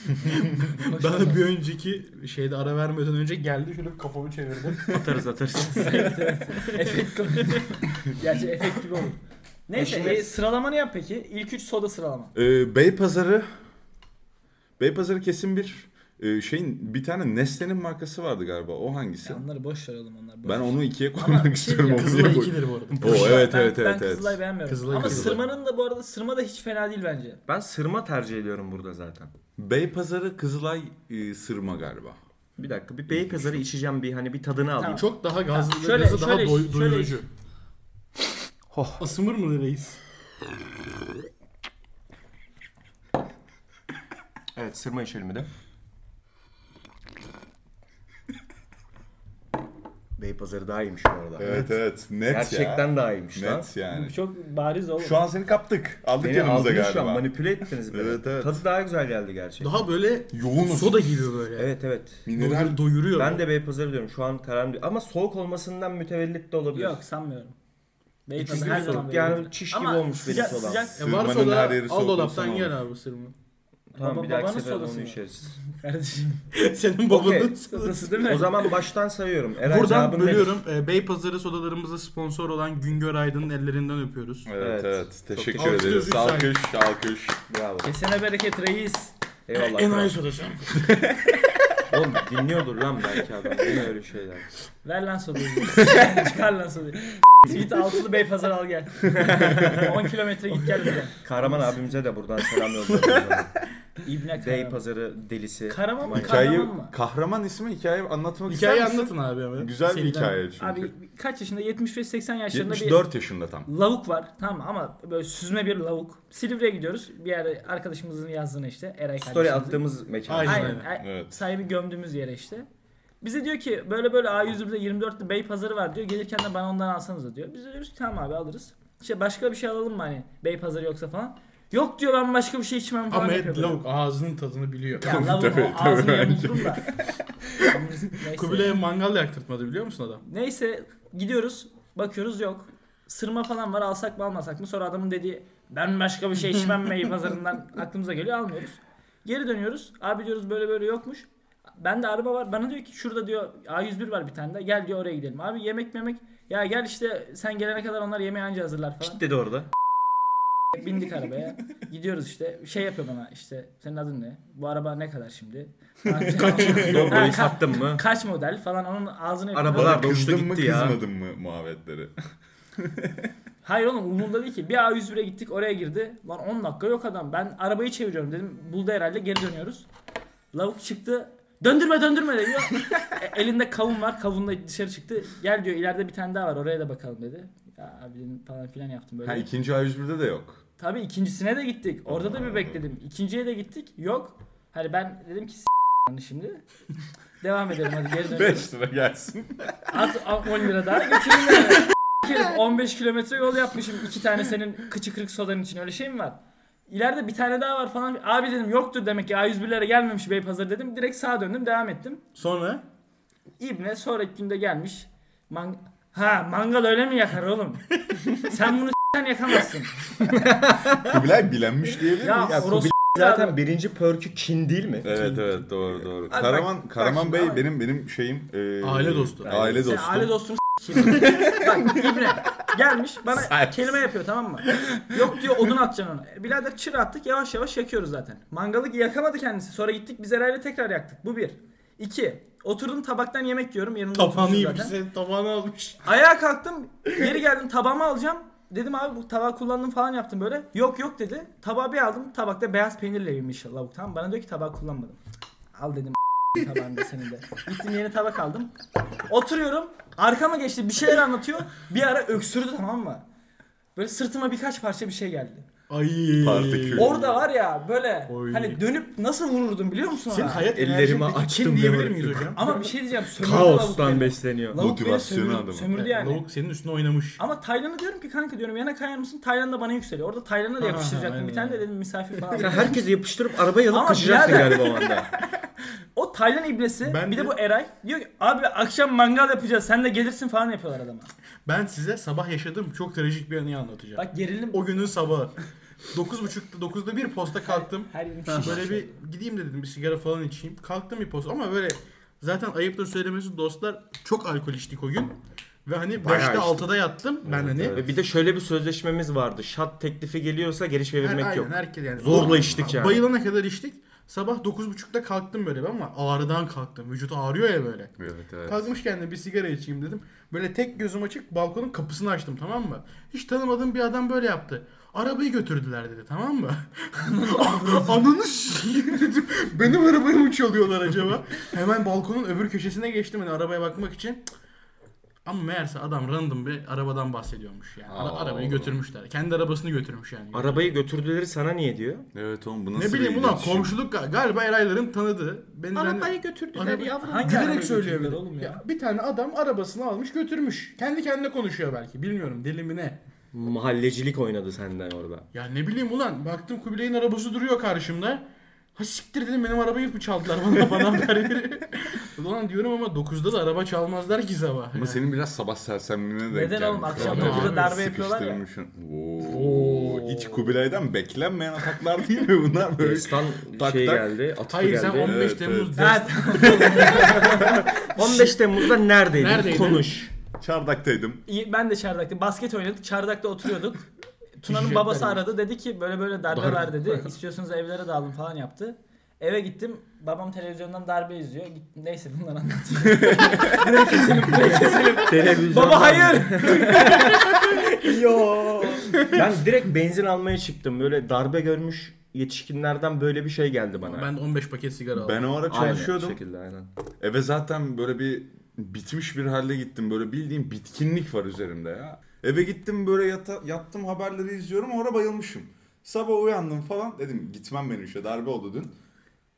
Speaker 4: Ben de bir önceki şeyde ara vermeden önce geldi şöyle bir kafamı çevirdim.
Speaker 1: Atarız atarız.
Speaker 3: efekt gibi. Gerçi efekt gibi olur. Neyse
Speaker 1: Eşim-
Speaker 3: e, sıralamanı yap peki. İlk 3 soda sıralama.
Speaker 2: Ee, Beypazarı Beypazarı kesin bir e, şeyin bir tane Nestle'nin markası vardı galiba. O hangisi?
Speaker 3: Ya onları boş ver oğlum onlar. Boş.
Speaker 2: ben
Speaker 3: ver.
Speaker 2: onu ikiye
Speaker 3: Ama bir
Speaker 2: koymak
Speaker 3: şey
Speaker 2: istiyorum.
Speaker 3: diyeceğim.
Speaker 2: onu
Speaker 4: Kızılay
Speaker 2: ikiye koy-
Speaker 4: 2'dir bu arada.
Speaker 2: Oo evet
Speaker 3: Ben-
Speaker 2: evet evet
Speaker 3: Ben
Speaker 2: evet.
Speaker 3: Kızılay beğenmiyorum.
Speaker 4: Kızılay
Speaker 3: Ama
Speaker 4: güzel.
Speaker 3: sırmanın da bu arada sırma da hiç fena değil bence.
Speaker 1: ben sırma tercih ediyorum burada zaten.
Speaker 2: Beypazarı Kızılay e, sırma galiba.
Speaker 1: Bir dakika bir Beypazarı içeceğim bir hani bir tadını alayım.
Speaker 3: Tamam.
Speaker 4: Çok daha gazlı,
Speaker 3: Şöyle-
Speaker 4: gazı daha
Speaker 3: şöyle-
Speaker 4: doy-
Speaker 3: şöyle-
Speaker 4: doyurucu.
Speaker 2: Oh.
Speaker 1: Hoh.
Speaker 4: Asımır mı reis?
Speaker 1: Evet sırma içelim bir de. Beypazarı daha iyiymiş bu arada.
Speaker 2: Evet evet. Net
Speaker 1: Gerçekten daha iyiymiş
Speaker 2: ya.
Speaker 1: lan.
Speaker 2: Net yani.
Speaker 3: Bu çok bariz oğlum.
Speaker 2: Şu an seni kaptık. Aldık
Speaker 1: Beni
Speaker 2: yanımıza
Speaker 1: aldınız şu
Speaker 2: galiba.
Speaker 1: an manipüle ettiniz beni.
Speaker 2: Evet, evet.
Speaker 1: Tadı daha güzel geldi gerçekten.
Speaker 4: Daha böyle
Speaker 2: Yoğun
Speaker 4: soda gibi böyle.
Speaker 1: Evet evet.
Speaker 2: Mineral
Speaker 4: doyuruyor.
Speaker 1: Ben de Beypazarı diyorum şu an karar ama soğuk olmasından mütevellit de olabilir.
Speaker 3: Yok sanmıyorum. Beypazarı
Speaker 1: İçinde
Speaker 3: her
Speaker 1: soğuk,
Speaker 3: zaman
Speaker 1: E, yani
Speaker 3: beğendim.
Speaker 1: çiş
Speaker 3: Ama
Speaker 1: gibi olmuş benim
Speaker 3: sıcak,
Speaker 1: sodam.
Speaker 3: Sıcak
Speaker 4: E varsa
Speaker 2: Sırmanın
Speaker 4: da
Speaker 2: her yeri
Speaker 4: al
Speaker 2: soğuk
Speaker 4: dolaptan
Speaker 2: olsa
Speaker 4: yer
Speaker 2: olur.
Speaker 4: abi sırma.
Speaker 1: Tamam
Speaker 3: Baba-
Speaker 1: bir dahaki
Speaker 3: babanın
Speaker 1: sefer onu
Speaker 3: sodası mı?
Speaker 1: içeriz.
Speaker 3: kardeşim.
Speaker 4: Senin
Speaker 1: Okey.
Speaker 4: babanın
Speaker 3: Sodası değil mi?
Speaker 1: O zaman baştan sayıyorum. Eren
Speaker 4: Buradan
Speaker 1: cevabın nedir?
Speaker 4: bölüyorum. Ee, Beypazarı sodalarımıza sponsor olan Güngör Aydın'ın ellerinden öpüyoruz.
Speaker 2: Evet
Speaker 1: Evet.
Speaker 2: evet. Teşekkür
Speaker 4: teşekkür
Speaker 2: ederiz.
Speaker 4: ederiz.
Speaker 2: Alkış alkış.
Speaker 1: Bravo.
Speaker 3: Kesene bereket reis.
Speaker 1: Eyvallah.
Speaker 4: Enayi sodası.
Speaker 1: Oğlum dinliyordur lan belki adam. Yine öyle şeyler.
Speaker 3: Ver lan sodayı. Çıkar lan sodayı. Git altılı bey pazar al gel. 10 kilometre git gel buradan.
Speaker 1: Kahraman abimize de buradan selam yolluyorum.
Speaker 3: İbne
Speaker 1: Bey
Speaker 3: Karaman.
Speaker 1: pazarı delisi.
Speaker 3: Karaman mı?
Speaker 1: Manyak.
Speaker 2: Hikayeyi,
Speaker 3: Kahraman mı?
Speaker 2: kahraman ismi hikayeyi anlatmak
Speaker 4: Hikayeyi
Speaker 2: ister misin?
Speaker 4: anlatın abi hemen.
Speaker 2: Güzel bir
Speaker 4: Seriden.
Speaker 2: hikaye çünkü.
Speaker 3: Abi kaç yaşında? 75-80 yaşlarında bir
Speaker 2: 74 yaşında tam.
Speaker 3: lavuk var. Tamam mı? ama böyle süzme bir lavuk. Silivri'ye gidiyoruz. Bir yere arkadaşımızın yazdığına işte. Eray
Speaker 1: Story
Speaker 3: kardeşimizin.
Speaker 1: attığımız mekan.
Speaker 4: Aynen.
Speaker 3: Aynen.
Speaker 2: Evet.
Speaker 3: Sahibi gömdüğümüz yere işte. Bize diyor ki böyle böyle A101'de 24'lü bey pazarı var diyor. Gelirken de bana ondan alsanız da diyor. Biz de diyoruz ki tamam abi alırız. İşte başka bir şey alalım mı hani bey pazarı yoksa falan. Yok diyor ben başka bir şey içmem falan
Speaker 4: Ama
Speaker 3: yapıyor.
Speaker 4: Ed
Speaker 3: böyle.
Speaker 4: Lavuk ağzının tadını biliyor.
Speaker 3: Ya lavuk
Speaker 2: Tabii,
Speaker 3: o
Speaker 2: tabii,
Speaker 3: ağzını
Speaker 2: bence.
Speaker 3: yamulturum da. Neyse.
Speaker 4: Kubilay'a mangal yaktırtmadı biliyor musun adam?
Speaker 3: Neyse gidiyoruz bakıyoruz yok. Sırma falan var alsak mı almasak mı sonra adamın dediği Ben başka bir şey içmem meyve pazarından aklımıza geliyor almıyoruz. Geri dönüyoruz. Abi diyoruz böyle böyle yokmuş. Ben de araba var. Bana diyor ki şurada diyor A101 var bir tane de. Gel diyor oraya gidelim. Abi yemek memek. Ya gel işte sen gelene kadar onlar yemeği anca hazırlar falan.
Speaker 1: dedi orada.
Speaker 3: Bindik arabaya. Gidiyoruz işte. Şey yapıyor bana işte. Senin adın ne? Bu araba ne kadar şimdi?
Speaker 1: Doblo'yu
Speaker 3: Ha, ka-
Speaker 1: sattın mı?
Speaker 3: Kaç model falan onun ağzını yapıyor.
Speaker 1: Arabalar- da uçtu
Speaker 2: Kızdın mı
Speaker 1: gitti ya.
Speaker 2: kızmadın mı muhabbetleri?
Speaker 3: Hayır oğlum umurumda değil ki. Bir A101'e gittik oraya girdi. Lan 10 dakika yok adam. Ben arabayı çeviriyorum dedim. Buldu herhalde geri dönüyoruz. Lavuk çıktı. Döndürme döndürme dedi. E, elinde kavun var. Kavunla dışarı çıktı. Gel diyor ileride bir tane daha var oraya da bakalım dedi. Ya abi dedim, falan filan yaptım böyle.
Speaker 2: ha ikinci A101'de de yok.
Speaker 3: Tabii ikincisine de gittik. Orada da bir bekledim. İkinciye de gittik. Yok. Hani ben dedim ki "S- yani şimdi. Devam edelim hadi geri dönelim.
Speaker 2: 5 lira gelsin.
Speaker 3: At a- 10 lira daha götürün beni. Herif 15 kilometre yol yapmışım. iki tane senin kıçı kırık sodanın için öyle şey mi var? İleride bir tane daha var falan. Abi dedim yoktur demek ki A101'lere gelmemiş Beypazarı dedim. Direkt sağa döndüm devam ettim.
Speaker 4: Sonra
Speaker 3: İbne sonraki günde gelmiş. Man ha mangal öyle mi yakar oğlum? Sen bunu s**ten yakamazsın.
Speaker 2: Kubilay bilenmiş diyebilir
Speaker 3: Ya,
Speaker 2: miyiz?
Speaker 1: Ya
Speaker 3: Orospu
Speaker 1: Kubilay zaten birinci perk'ü kin değil mi?
Speaker 2: Evet evet doğru doğru.
Speaker 3: bak-
Speaker 2: Karaman
Speaker 3: bak
Speaker 2: Karaman
Speaker 3: şimdi
Speaker 2: Bey
Speaker 3: abi.
Speaker 2: benim benim şeyim e,
Speaker 5: Aile dostu.
Speaker 2: Aile
Speaker 3: Sen
Speaker 2: dostum.
Speaker 3: aile dostunu s**eyim. Bak İbne gelmiş bana kelime yapıyor tamam mı? Yok diyor odun atacaksın ona. E, Birader çır attık yavaş yavaş yakıyoruz zaten. Mangalı yakamadı kendisi. Sonra gittik biz herhalde tekrar yaktık. Bu bir. İki. Oturdum tabaktan yemek yiyorum. Yanımda
Speaker 4: tabağını
Speaker 3: oturmuşum
Speaker 4: yiyip
Speaker 3: zaten.
Speaker 4: bize tabağını almış.
Speaker 3: Ayağa kalktım. Geri geldim tabağımı alacağım. Dedim abi bu tabağı kullandım falan yaptım böyle. Yok yok dedi. Tabağı bir aldım. Tabakta beyaz peynirle yemiş lavuk tamam. Bana diyor ki tabağı kullanmadım. Al dedim tabağını da senin de. Gittim yeni tabak aldım. Oturuyorum. Arkama geçti bir şeyler anlatıyor. Bir ara öksürdü tamam mı? Böyle sırtıma birkaç parça bir şey geldi.
Speaker 4: Ay.
Speaker 2: Partikül.
Speaker 3: Orada var ya böyle
Speaker 4: Oy.
Speaker 3: hani dönüp nasıl vururdum biliyor musun
Speaker 4: Senin
Speaker 3: ona?
Speaker 4: hayat
Speaker 1: Ellerimi
Speaker 4: enerjin bir
Speaker 1: açtım
Speaker 4: kim diyebilir
Speaker 1: diyorum.
Speaker 4: miyiz hocam?
Speaker 3: Ama bir şey diyeceğim sömürdü lavuk
Speaker 1: Kaostan
Speaker 3: beni.
Speaker 1: besleniyor.
Speaker 3: Lavuk beni
Speaker 2: Motivasyonu
Speaker 3: sömürdü,
Speaker 2: adamın.
Speaker 3: sömürdü yani.
Speaker 4: Lavuk senin üstüne oynamış.
Speaker 3: Ama Taylan'a diyorum ki kanka diyorum yana kayar mısın? Taylan da bana yükseliyor. Orada Taylan'a da
Speaker 4: Ha,
Speaker 3: yapıştıracaktım.
Speaker 4: aynen.
Speaker 3: Bir tane de dedim misafir falan.
Speaker 1: Sen herkesi yapıştırıp arabaya alıp
Speaker 3: Ama
Speaker 1: kaçacaksın
Speaker 3: birader-
Speaker 1: galiba o anda.
Speaker 3: o Taylan iblisi
Speaker 4: Ben
Speaker 3: bir de
Speaker 4: de-
Speaker 3: bu Eray diyor ki abi akşam mangal yapacağız sen de gelirsin falan yapıyorlar adama.
Speaker 4: Ben size sabah yaşadığım çok trajik bir anıyı anlatacağım.
Speaker 3: Bak gerilim
Speaker 4: O günün sabahı. 9.30'da 9'da bir posta kalktım.
Speaker 3: her şey. yerim
Speaker 4: Böyle bir gideyim de dedim bir sigara falan içeyim. Kalktım bir posta ama böyle zaten ayıptır söylemesi dostlar çok alkol içtik o gün. Ve hani 5'te 6'da yattım ben hani.
Speaker 1: Ve bir de şöyle bir sözleşmemiz vardı. Şat teklifi geliyorsa geri
Speaker 4: Her-
Speaker 1: çevirmek
Speaker 4: aynen,
Speaker 1: yok.
Speaker 4: herkes yani.
Speaker 1: Zorla içtik yani.
Speaker 4: Bayılana kadar içtik. Sabah 9.30'da kalktım böyle ben ama ağrıdan kalktım. Vücut ağrıyor ya böyle.
Speaker 2: Evet evet.
Speaker 4: Kalkmışken de bir sigara içeyim dedim. Böyle tek gözüm açık balkonun kapısını açtım tamam mı? Hiç tanımadığım bir adam böyle yaptı. Arabayı götürdüler dedi tamam mı? Ananı s**eyim dedim. Benim arabayı mı çalıyorlar acaba? Hemen balkonun öbür köşesine geçtim hani arabaya bakmak için. Cık. Ama meğerse adam random bir arabadan bahsediyormuş yani. Ara-
Speaker 2: Aa.
Speaker 4: arabayı götürmüşler. Kendi arabasını götürmüş yani.
Speaker 1: Arabayı götürdüleri sana niye diyor?
Speaker 2: Evet oğlum bu nasıl
Speaker 4: ne
Speaker 2: bir
Speaker 4: bileyim ulan
Speaker 2: iletişim?
Speaker 4: komşuluk ga- galiba Erayların tanıdığı. Beni
Speaker 1: Arabayı götürdüler
Speaker 4: Araba-
Speaker 1: yavrum.
Speaker 3: Hangi arabayı
Speaker 4: Gülerek söylüyor bir
Speaker 3: götürdüler
Speaker 4: de.
Speaker 3: oğlum ya?
Speaker 4: Ya Bir tane adam arabasını almış götürmüş. Kendi kendine konuşuyor belki. Bilmiyorum deli mi ne.
Speaker 1: Mahallecilik oynadı senden orada.
Speaker 4: Ya ne bileyim ulan. Baktım Kubilay'ın arabası duruyor karşımda. Ha siktir dedim benim arabayı mı çaldılar bana bana haberleri. ulan diyorum ama 9'da da araba çalmazlar ki sabah.
Speaker 2: Ama
Speaker 4: Yani.
Speaker 2: senin biraz sabah sersemliğine denk
Speaker 3: Neden oğlum?
Speaker 2: gelmiş.
Speaker 3: Akşam
Speaker 2: Doğru.
Speaker 4: dokuzda
Speaker 3: darbe yapıyorlar ya.
Speaker 2: Sıkıştırmışsın. Oo. Hiç Kubilay'dan beklenmeyen ataklar değil mi bunlar böyle?
Speaker 1: Destan
Speaker 2: Tak,
Speaker 1: şey
Speaker 2: tak.
Speaker 1: geldi. Atıfı
Speaker 4: Hayır sen
Speaker 1: geldi.
Speaker 4: 15
Speaker 2: Evet,
Speaker 4: Temmuz
Speaker 2: evet.
Speaker 4: ders-
Speaker 3: Evet.
Speaker 1: 15 Temmuz'da neredeydin?
Speaker 4: Neredeydin?
Speaker 1: Konuş.
Speaker 2: Çardaktaydım.
Speaker 3: İyi, ben de çardaktı. Basket oynadık. Çardakta oturuyorduk. Tuna'nın
Speaker 4: Şişekler
Speaker 3: babası
Speaker 4: yemiş.
Speaker 3: aradı. Dedi ki böyle böyle darbe var dedi. İstiyorsanız evlere dağılın falan yaptı. Eve gittim. Babam televizyondan darbe izliyor. Gittim, neyse bunları anlatacağım. Burayı keselim, burayı keselim.
Speaker 1: Televizyon.
Speaker 3: Baba hayır.
Speaker 1: Yo. Ben direkt benzin almaya çıktım. Böyle darbe görmüş yetişkinlerden böyle bir şey geldi bana.
Speaker 4: Ben de 15 paket sigara aldım.
Speaker 2: Ben o ara
Speaker 1: Aynı
Speaker 2: çalışıyordum.
Speaker 1: şekilde aynen.
Speaker 2: Eve zaten böyle bir bitmiş bir halde gittim. Böyle bildiğim bitkinlik var üzerimde ya. Eve gittim böyle yata, yattım haberleri izliyorum orada bayılmışım. Sabah uyandım falan dedim gitmem benim işe darbe oldu dün.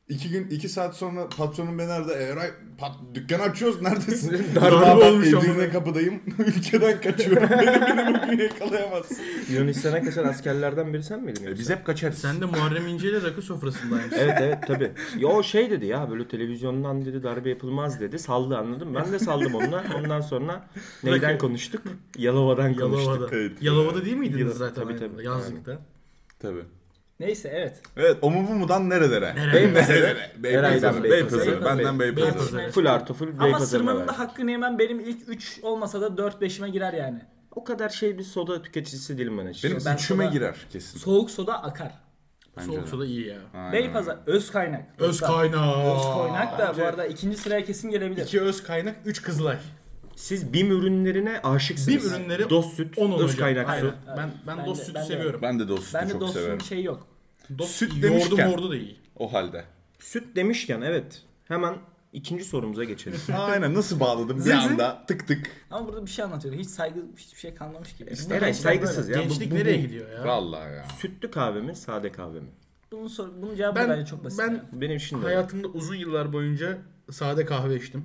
Speaker 2: İki gün iki saat sonra patronum beni aradı. "Ee, Eray pat, dükkan açıyoruz neredesin?
Speaker 1: Darbe
Speaker 2: Daha ben
Speaker 1: olmuş ama.
Speaker 2: Edirne kapıdayım. Ülkeden kaçıyorum. beni beni bugün yakalayamazsın.
Speaker 1: Yunanistan'a kaçan askerlerden biri sen miydin? yoksa?
Speaker 2: E, biz hep kaçarız.
Speaker 4: Sen de Muharrem İnce ile rakı sofrasındaymışsın.
Speaker 1: Evet evet tabi. Ya o şey dedi ya böyle televizyondan dedi darbe yapılmaz dedi. Saldı anladın mı? Ben de saldım onunla. Ondan sonra neyden konuştuk? Yalova'dan konuştuk.
Speaker 4: Yalova'da.
Speaker 2: Evet.
Speaker 4: Yalova'da değil miydiniz
Speaker 1: Yalova-
Speaker 4: zaten?
Speaker 1: tabii,
Speaker 4: aynı
Speaker 1: tabii.
Speaker 4: anda? Yazlıkta.
Speaker 2: Tabii.
Speaker 3: Neyse evet.
Speaker 2: Evet o mu bu mu'dan nerelere? Nerelere? Beypazarı.
Speaker 1: Nereden
Speaker 2: Beypazarı.
Speaker 1: Beypazarı?
Speaker 2: Benden Beypazarı.
Speaker 3: Beypazarı.
Speaker 1: Full artı full
Speaker 3: Ama
Speaker 1: Beypazarı'na
Speaker 3: sırmanın da
Speaker 1: verdik.
Speaker 3: hakkını yemem benim ilk 3 olmasa da 4-5'ime girer yani.
Speaker 1: O kadar şey bir soda tüketicisi değilim ben açıkçası.
Speaker 2: Benim
Speaker 3: Ben
Speaker 2: üçüme
Speaker 3: sana-
Speaker 2: girer kesin.
Speaker 3: Soğuk soda akar.
Speaker 2: Bence
Speaker 4: Soğuk
Speaker 2: de.
Speaker 4: soda iyi ya.
Speaker 2: Aynen.
Speaker 3: Beypazar öz kaynak.
Speaker 4: Öz kaynağı.
Speaker 3: Öz kaynak da bu
Speaker 4: Bence
Speaker 3: arada ikinci sıraya kesin gelebilir.
Speaker 4: İki öz kaynak, üç kızılay.
Speaker 1: Siz BİM ürünlerine aşıksınız.
Speaker 4: BİM ürünleri
Speaker 1: Dost süt,
Speaker 4: 10 olacak.
Speaker 1: öz kaynak
Speaker 4: Aynen.
Speaker 1: su.
Speaker 4: Ben, ben
Speaker 3: Ben
Speaker 4: dost
Speaker 3: de-
Speaker 4: sütü
Speaker 3: ben de.
Speaker 4: seviyorum.
Speaker 2: Ben de dostu
Speaker 3: Ben de
Speaker 2: çok
Speaker 3: dostum
Speaker 2: severim.
Speaker 3: bir şey yok.
Speaker 4: Dost
Speaker 2: Süt
Speaker 4: süt yoğurdu
Speaker 2: demişken-
Speaker 4: mordu da iyi.
Speaker 2: O halde.
Speaker 1: Süt demişken evet. Hemen ikinci sorumuza geçelim.
Speaker 2: Aynen nasıl bağladım bir
Speaker 4: Zın zın.
Speaker 2: anda tık tık.
Speaker 3: Ama burada bir şey anlatıyordu. Hiç saygı hiçbir şey kalmamış gibi.
Speaker 1: İşte Eray saygısız ya. Bu-
Speaker 4: Gençlik
Speaker 1: bu- bu-
Speaker 4: nereye gidiyor ya?
Speaker 2: Vallahi ya.
Speaker 1: Sütlü kahve mi, sade kahve mi?
Speaker 3: Bunun sor bunun cevabı
Speaker 4: Ben-
Speaker 3: bence çok basit.
Speaker 4: ben-
Speaker 3: ya.
Speaker 1: Benim şimdi
Speaker 4: Hayatımda uzun yıllar boyunca sade kahve içtim.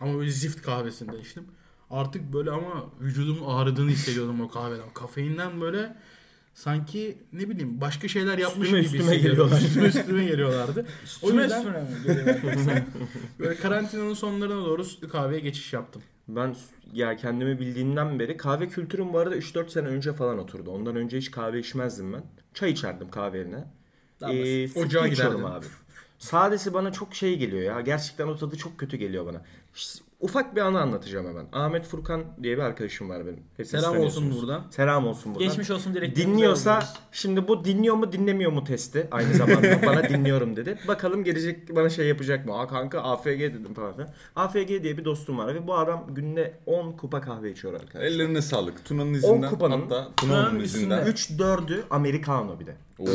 Speaker 4: Ama böyle zift kahvesinden içtim. Artık böyle ama vücudumun ağrıdığını hissediyordum o kahveden. Kafeinden böyle sanki ne bileyim başka şeyler yapmışım
Speaker 1: Üstüme
Speaker 4: gibi
Speaker 1: üstüme
Speaker 4: hissediyordum.
Speaker 1: geliyorlar.
Speaker 4: Üstüme üstüme geliyorlardı. o
Speaker 3: Üstüme
Speaker 4: yüzden
Speaker 3: üstüme mi geliyor?
Speaker 4: böyle karantinanın sonlarına doğru sütlü kahveye geçiş yaptım.
Speaker 1: ben s- ya kendimi bildiğimden beri kahve kültürüm bu arada 3-4 sene önce falan oturdu. Ondan önce hiç kahve içmezdim ben. Çay içerdim kahve yerine.
Speaker 3: Daha basit.
Speaker 1: Ee, sütlü
Speaker 4: Ocağa
Speaker 1: içiyorum
Speaker 4: giderdin.
Speaker 1: abi. Sadesi bana çok şey geliyor ya. Gerçekten o tadı çok kötü geliyor bana. Ş- Ufak bir anı anlatacağım hemen. Ahmet Furkan diye bir arkadaşım var benim. Hepiniz
Speaker 4: Selam olsun
Speaker 1: tanıyorsunuz.
Speaker 4: buradan.
Speaker 1: Selam olsun buradan.
Speaker 3: Geçmiş olsun direkt.
Speaker 1: Dinliyorsa şimdi bu dinliyor mu dinlemiyor mu testi aynı zamanda bana dinliyorum dedi. Bakalım gelecek bana şey yapacak mı? Aa kanka AFG dedim falan filan. AFG diye bir dostum var ve bu adam günde 10 kupa kahve içiyor arkadaşlar.
Speaker 2: Ellerine sağlık. Tuna'nın izinden.
Speaker 1: kupanın-
Speaker 2: hatta Tuna'nın
Speaker 3: Tuna'nın
Speaker 2: izinden.
Speaker 3: üstünde.
Speaker 1: 3-4'ü Americano bir de.
Speaker 2: Oo.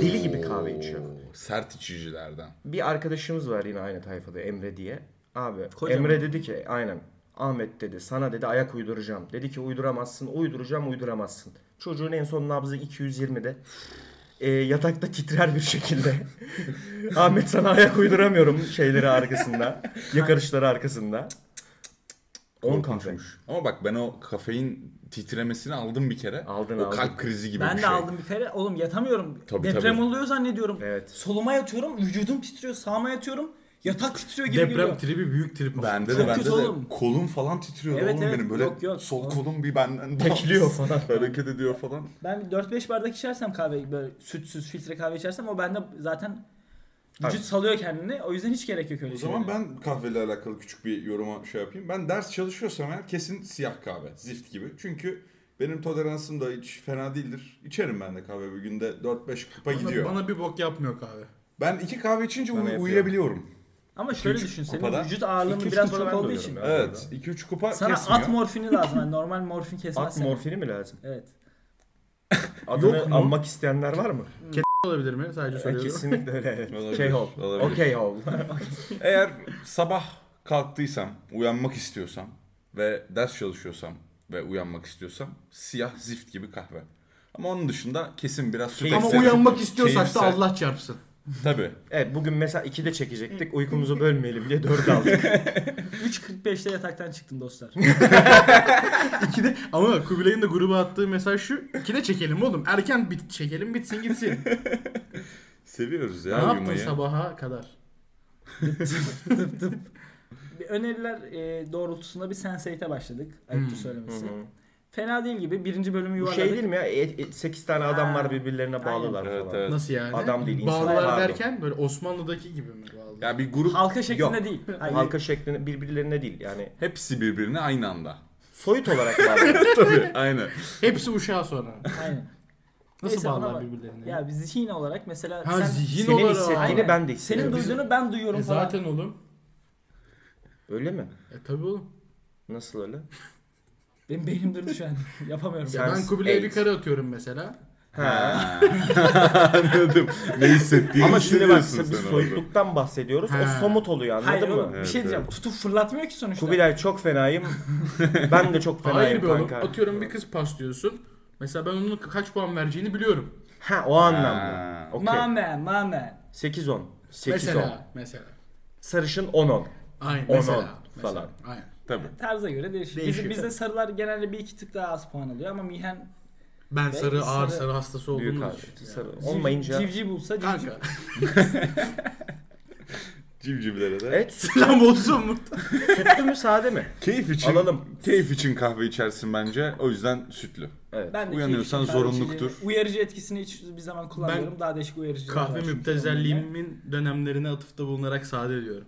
Speaker 1: Deli gibi kahve içiyor.
Speaker 2: Sert içicilerden.
Speaker 1: Bir arkadaşımız var yine aynı tayfada Emre diye. Abi
Speaker 3: Kocaman.
Speaker 1: Emre dedi ki aynen Ahmet dedi sana dedi ayak uyduracağım. Dedi ki uyduramazsın uyduracağım uyduramazsın. Çocuğun en son nabzı 220'de. E, yatakta titrer bir şekilde. Ahmet sana ayak uyduramıyorum şeyleri arkasında. Yakarışları arkasında. 10 kahve.
Speaker 2: Ama bak ben o kafein titremesini aldım bir kere.
Speaker 1: Aldın,
Speaker 2: o
Speaker 1: aldın.
Speaker 2: kalp krizi gibi
Speaker 3: Ben
Speaker 2: bir
Speaker 3: de
Speaker 2: şey.
Speaker 3: aldım bir kere. Oğlum yatamıyorum.
Speaker 2: Tabii,
Speaker 3: Deprem
Speaker 2: tabii.
Speaker 3: oluyor zannediyorum.
Speaker 1: Evet.
Speaker 3: Soluma yatıyorum. Vücudum titriyor. Sağıma yatıyorum. Yatak titriyor gibi
Speaker 4: Deprem
Speaker 3: geliyor.
Speaker 4: tribi büyük trip. oldu.
Speaker 2: Bende
Speaker 3: Çok
Speaker 2: de bende
Speaker 3: kötü
Speaker 2: de
Speaker 3: oğlum.
Speaker 2: kolum falan titriyordu
Speaker 3: Evet,
Speaker 2: oğlum
Speaker 3: evet.
Speaker 2: benim böyle
Speaker 3: Yok, yok.
Speaker 2: sol
Speaker 3: Oğlum.
Speaker 2: kolum bir benden
Speaker 1: Bekliyor falan.
Speaker 2: hareket ediyor falan.
Speaker 3: ben 4-5 bardak içersem kahve böyle sütsüz filtre kahve içersem o bende zaten vücut
Speaker 1: Tabii.
Speaker 3: salıyor kendini. O yüzden hiç gerek yok öyle
Speaker 2: O zaman
Speaker 3: şeylere.
Speaker 2: ben kahveyle alakalı küçük bir yoruma şey yapayım. Ben ders çalışıyorsam eğer kesin siyah kahve, zift gibi. Çünkü benim toleransım da hiç fena değildir. İçerim ben de kahve bir günde 4-5 kupa gidiyor.
Speaker 4: Bana bir bok yapmıyor kahve.
Speaker 2: Ben iki kahve içince uy-
Speaker 1: yapıyor.
Speaker 2: uyuyabiliyorum.
Speaker 3: Ama şöyle
Speaker 2: üç
Speaker 3: düşün senin
Speaker 2: kupada-
Speaker 3: vücut ağırlığının
Speaker 1: İki, üç
Speaker 3: biraz
Speaker 1: kupa
Speaker 3: çok
Speaker 1: ben
Speaker 3: olduğu
Speaker 1: doyuyorum
Speaker 3: için.
Speaker 1: ya.
Speaker 2: Evet, 2-3 kupa
Speaker 3: Sana
Speaker 2: kesmiyor.
Speaker 3: at morfini lazım. Yani normal morfin kesmez
Speaker 1: At
Speaker 3: seni.
Speaker 1: morfini mi lazım?
Speaker 3: Evet.
Speaker 1: Adını
Speaker 4: Yok mu?
Speaker 1: anmak isteyenler var mı?
Speaker 3: Hmm.
Speaker 4: Olabilir mi? Sadece soruyorum.
Speaker 1: Kesinlikle öyle.
Speaker 2: Olabilir,
Speaker 1: Şey ol.
Speaker 2: olabilir.
Speaker 1: Okey ol.
Speaker 2: Eğer sabah kalktıysam, uyanmak istiyorsam ve ders çalışıyorsam ve uyanmak istiyorsam siyah zift gibi kahve. Ama onun dışında kesin biraz süt
Speaker 4: Ama
Speaker 2: ekstresi-
Speaker 4: uyanmak istiyorsak da
Speaker 2: keyifsel.
Speaker 4: Allah çarpsın.
Speaker 2: Tabii.
Speaker 1: Evet bugün mesela 2'de çekecektik. Uykumuzu bölmeyelim diye 4 aldık.
Speaker 3: 3.45'te yataktan çıktım dostlar.
Speaker 4: İki de ama Kubilay'ın da gruba attığı mesaj şu. İki de çekelim oğlum. Erken bit çekelim bitsin gitsin.
Speaker 2: Seviyoruz
Speaker 4: ne
Speaker 2: ya
Speaker 4: yaptın
Speaker 2: uyumayı.
Speaker 4: sabaha kadar?
Speaker 3: tıp tıp. Bir öneriler e, doğrultusunda bir Sense8'e başladık. Ayıptır söylemesi. Fena değil gibi. Birinci bölümü
Speaker 1: Bu
Speaker 3: yuvarladık.
Speaker 1: şey değil mi ya? 8 tane adam var birbirlerine
Speaker 3: Ha,
Speaker 1: bağlılar
Speaker 2: aynen.
Speaker 1: falan.
Speaker 2: Evet, evet.
Speaker 4: Nasıl yani?
Speaker 1: Adam değil, insan.
Speaker 4: Bağlılar
Speaker 1: Pardon.
Speaker 4: derken böyle Osmanlı'daki gibi mi bağlı?
Speaker 2: Ya bir grup
Speaker 3: Halka şeklinde
Speaker 1: Yok.
Speaker 3: değil. Hayır.
Speaker 1: Halka şeklinde birbirlerine değil yani.
Speaker 2: hepsi birbirine aynı anda.
Speaker 1: Soyut olarak bağlı.
Speaker 2: Tabii. Aynen.
Speaker 4: Hepsi uşağı sonra.
Speaker 3: Aynen.
Speaker 4: Nasıl
Speaker 3: Neyse, ona
Speaker 4: bağlar
Speaker 3: bak.
Speaker 4: birbirlerine?
Speaker 3: Ya biz zihin olarak mesela
Speaker 4: ha
Speaker 3: sen
Speaker 4: zihin
Speaker 1: Senin
Speaker 4: olarak.
Speaker 1: hissettiğini
Speaker 3: Aynen.
Speaker 1: ben de
Speaker 3: senin
Speaker 1: hissediyorum.
Speaker 3: duyduğunu ben duyuyorum
Speaker 4: E
Speaker 3: falan.
Speaker 4: zaten oğlum.
Speaker 1: Öyle mi?
Speaker 4: E tabi oğlum.
Speaker 1: Nasıl öyle?
Speaker 3: Benim beynim durdu şu an. Yapamıyorum.
Speaker 1: Sen-
Speaker 4: Ben
Speaker 1: Ters
Speaker 4: Kubilay'a
Speaker 1: el.
Speaker 4: bir kare atıyorum mesela.
Speaker 1: Ha.
Speaker 2: Anladım. Ne hissettiğini
Speaker 1: Ama şimdi bak
Speaker 2: hissediyorsun
Speaker 1: biz
Speaker 2: sen orada.
Speaker 1: soyutluktan bahsediyoruz.
Speaker 4: Ha.
Speaker 1: O somut oluyor anladın
Speaker 3: Hayır
Speaker 1: mı?
Speaker 3: oğlum bir şey diyeceğim. Tutup fırlatmıyor ki sonuçta.
Speaker 1: Kubilay çok fenayım. ben de çok fenayım
Speaker 4: Hayır be oğlum.
Speaker 1: kanka.
Speaker 4: Atıyorum bir kız paslıyorsun. Mesela ben onun kaç puan vereceğini biliyorum.
Speaker 1: Ha o anlamda.
Speaker 2: Ha.
Speaker 1: Okey.
Speaker 3: Mame, mame.
Speaker 1: 8-10. 8-10.
Speaker 4: Mesela. Mesela.
Speaker 1: Sarışın 10-10.
Speaker 4: Aynen.
Speaker 1: On,
Speaker 4: Mesela.
Speaker 1: on
Speaker 4: mesela.
Speaker 1: falan.
Speaker 4: Aynen.
Speaker 2: Tabii.
Speaker 3: Tarza göre değişiyor.
Speaker 4: Değişiyor.
Speaker 3: Bizim, bizde sarılar genelde bir iki tık daha az puan alıyor ama mihen
Speaker 4: Ben sarı
Speaker 3: Belki
Speaker 4: ağır
Speaker 3: sarı-
Speaker 4: sarı hastası
Speaker 1: Büyük
Speaker 4: olduğumu
Speaker 1: abi.
Speaker 4: düşünüyorum.
Speaker 1: Sarı.
Speaker 3: civ-
Speaker 1: Olmayınca
Speaker 3: civciv bulsa civciv
Speaker 4: Kanka.
Speaker 2: Civcivlere de.
Speaker 1: Evet süt,
Speaker 4: Selam olsun mu?
Speaker 1: sütlü mü sade mi?
Speaker 2: Keyif için.
Speaker 1: Alalım.
Speaker 2: Keyif için kahve içersin bence. O yüzden sütlü.
Speaker 1: Evet.
Speaker 3: Ben de
Speaker 2: Uyanıyorsan
Speaker 3: keyifli kahve içeceğim.
Speaker 2: zorunluluktur.
Speaker 3: Uyarıcı etkisini hiç bir zaman kullanmıyorum. Daha değişik uyarıcılar
Speaker 4: Kahve
Speaker 3: var çünkü önümde.
Speaker 4: müptezelliğimin dönemlerine atıfta bulunarak sade diyorum.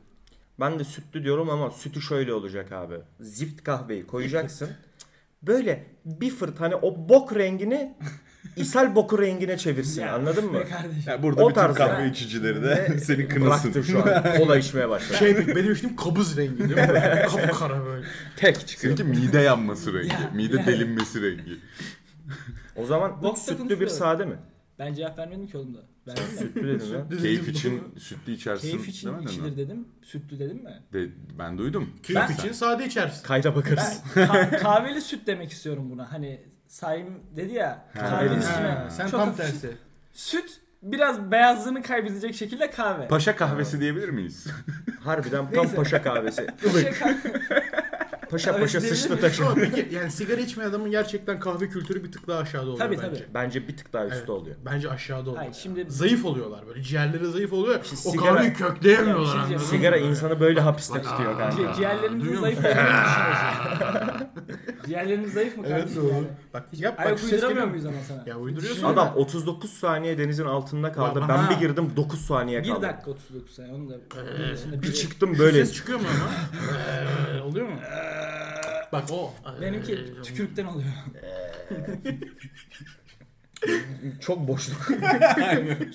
Speaker 1: Ben de sütlü diyorum ama sütü şöyle olacak abi. Zift kahveyi koyacaksın. Böyle bir fırt hani o bok rengini ishal boku rengine çevirsin
Speaker 3: Ya,
Speaker 1: anladın mı?
Speaker 3: Be kardeşim.
Speaker 2: Ya burada
Speaker 1: O
Speaker 2: bütün
Speaker 1: tarz
Speaker 2: kahve
Speaker 1: yani.
Speaker 2: içicileri de seni kınasın.
Speaker 1: Bıraktım şu an. Kola içmeye başladım.
Speaker 4: Şey benim içtiğim kabız rengi değil mi? Kapkara böyle.
Speaker 1: Tek çıkıyor.
Speaker 2: Çünkü mide yanması rengi. Mide delinmesi rengi.
Speaker 1: O zaman
Speaker 3: Bok
Speaker 1: üç sütlü bir
Speaker 3: takıntısı.
Speaker 1: sade mi?
Speaker 3: Ben cevap vermedim ki oğlum da. Ben
Speaker 1: Sütlü dedim ya.
Speaker 2: Keyif için sütlü içersin
Speaker 3: keyif için
Speaker 2: demedin mi?
Speaker 3: içilir dedim. Sütlü dedim mi?
Speaker 2: De- ben duydum.
Speaker 4: Keyif
Speaker 2: Ben-
Speaker 4: için sade içersin.
Speaker 1: Kayda
Speaker 3: Ben
Speaker 1: bakarız.
Speaker 3: ka- kahveli süt demek istiyorum buna. Hani Saim dedi ya. Kahvenin
Speaker 1: Ha.
Speaker 3: üstüne.
Speaker 4: Sen
Speaker 3: Çok
Speaker 4: tam
Speaker 3: hafif süt-
Speaker 4: tersi.
Speaker 3: Süt biraz beyazlığını kaybedecek şekilde kahve.
Speaker 2: Paşa kahvesi diyebilir miyiz?
Speaker 1: Harbiden tam paşa kahvesi.
Speaker 3: Paşa kahve-
Speaker 1: Paşa
Speaker 3: Kahvesi
Speaker 1: paşa
Speaker 3: diyebilir
Speaker 1: sıçtı
Speaker 3: miyim?
Speaker 1: taşı.
Speaker 4: Ama peki yani sigara içmeyen adamın gerçekten kahve kültürü bir tık daha aşağıda oluyor
Speaker 3: Tabii,
Speaker 4: bence.
Speaker 3: tabii.
Speaker 1: Bence bir tık daha üstte
Speaker 4: Evet.
Speaker 1: oluyor.
Speaker 4: Bence aşağıda oluyor.
Speaker 3: Hayır şimdi
Speaker 4: Zayıf oluyorlar böyle. Ciğerleri zayıf oluyor. o
Speaker 1: sigara- şey
Speaker 4: kahveyi kökleyemiyorlar
Speaker 3: Sigara-
Speaker 4: anladın mı?
Speaker 1: Sigara insanı böyle hapiste tutuyor
Speaker 3: Ci-
Speaker 1: kanka.
Speaker 3: ciğerlerimizin
Speaker 4: Duyuyor
Speaker 3: zayıf olduğunu düşünüyorsun. Ciğerlerimiz zayıf mı
Speaker 4: Evet
Speaker 3: kardeşim?
Speaker 4: doğru.
Speaker 3: yani?
Speaker 4: Bak yap bak.
Speaker 3: Ayak
Speaker 4: ses
Speaker 3: uyduramıyor
Speaker 4: geliyor.
Speaker 3: muyuz ama sana?
Speaker 4: Ya uyduruyorsun.
Speaker 3: Düşün.
Speaker 1: Adam 39 saniye denizin altında kaldı.
Speaker 4: Bak,
Speaker 1: Ben
Speaker 4: aha.
Speaker 1: bir girdim 9 saniye
Speaker 3: 1
Speaker 1: kaldım.
Speaker 3: dakika 39 saniye onu da.
Speaker 1: Bir
Speaker 3: Bir şey- çık.
Speaker 1: çıktım
Speaker 4: Böyle.
Speaker 1: böyle.
Speaker 4: Ses çıkıyor mu ama? Eee, oluyor mu? Bak o.
Speaker 3: Benimki tükürükten oluyor.
Speaker 1: Çok boşluk.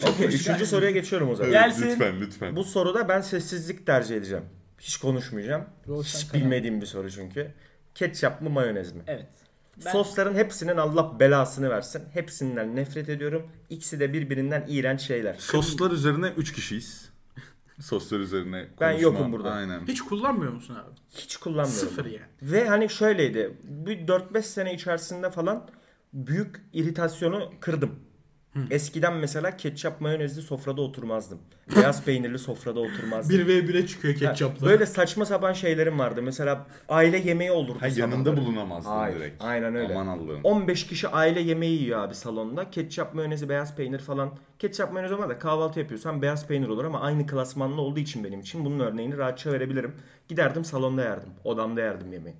Speaker 1: Okey, üçüncü soruya geçiyorum o zaman.
Speaker 2: Evet,
Speaker 3: Gelsin.
Speaker 2: Lütfen lütfen.
Speaker 1: Bu soruda ben sessizlik tercih edeceğim. Hiç konuşmayacağım.
Speaker 3: Roşan
Speaker 1: Hiç
Speaker 3: Karan.
Speaker 1: bilmediğim bir soru çünkü. Ketçap mı mayonez mi?
Speaker 3: Evet. Ben-
Speaker 1: Sosların hepsinin Allah belasını versin. Hepsinden nefret ediyorum. İkisi de birbirinden iğrenç şeyler.
Speaker 2: Soslar üzerine 3 kişiyiz. Soslar üzerine konuşma.
Speaker 1: Ben yokum burada.
Speaker 2: Aynen.
Speaker 4: Hiç kullanmıyor musun abi?
Speaker 1: Hiç kullanmıyorum.
Speaker 4: Sıfır yani.
Speaker 1: Ve hani şöyleydi. Bir 4-5 sene içerisinde falan büyük iritasyonu kırdım. Eskiden mesela ketçap mayonezli sofrada oturmazdım. Beyaz peynirli sofrada oturmazdım.
Speaker 4: 1v1'e çıkıyor
Speaker 1: Ha,
Speaker 4: ketçapla.
Speaker 1: Böyle saçma sapan şeylerim vardı. Mesela aile yemeği olurdu.
Speaker 2: Ha, yanında
Speaker 1: sabahları.
Speaker 2: bulunamazdın
Speaker 1: Hayır,
Speaker 2: direkt.
Speaker 1: aynen öyle.
Speaker 2: Aman Allah'ım.
Speaker 1: 15 kişi aile yemeği yiyor abi salonda. Ketçap, mayonezi, beyaz peynir falan. Ketçap, mayonez olmaz da kahvaltı yapıyorsan beyaz peynir olur ama aynı klasmanlı olduğu için benim için bunun örneğini rahatça verebilirim. Giderdim salonda yerdim. Odamda yerdim yemeği.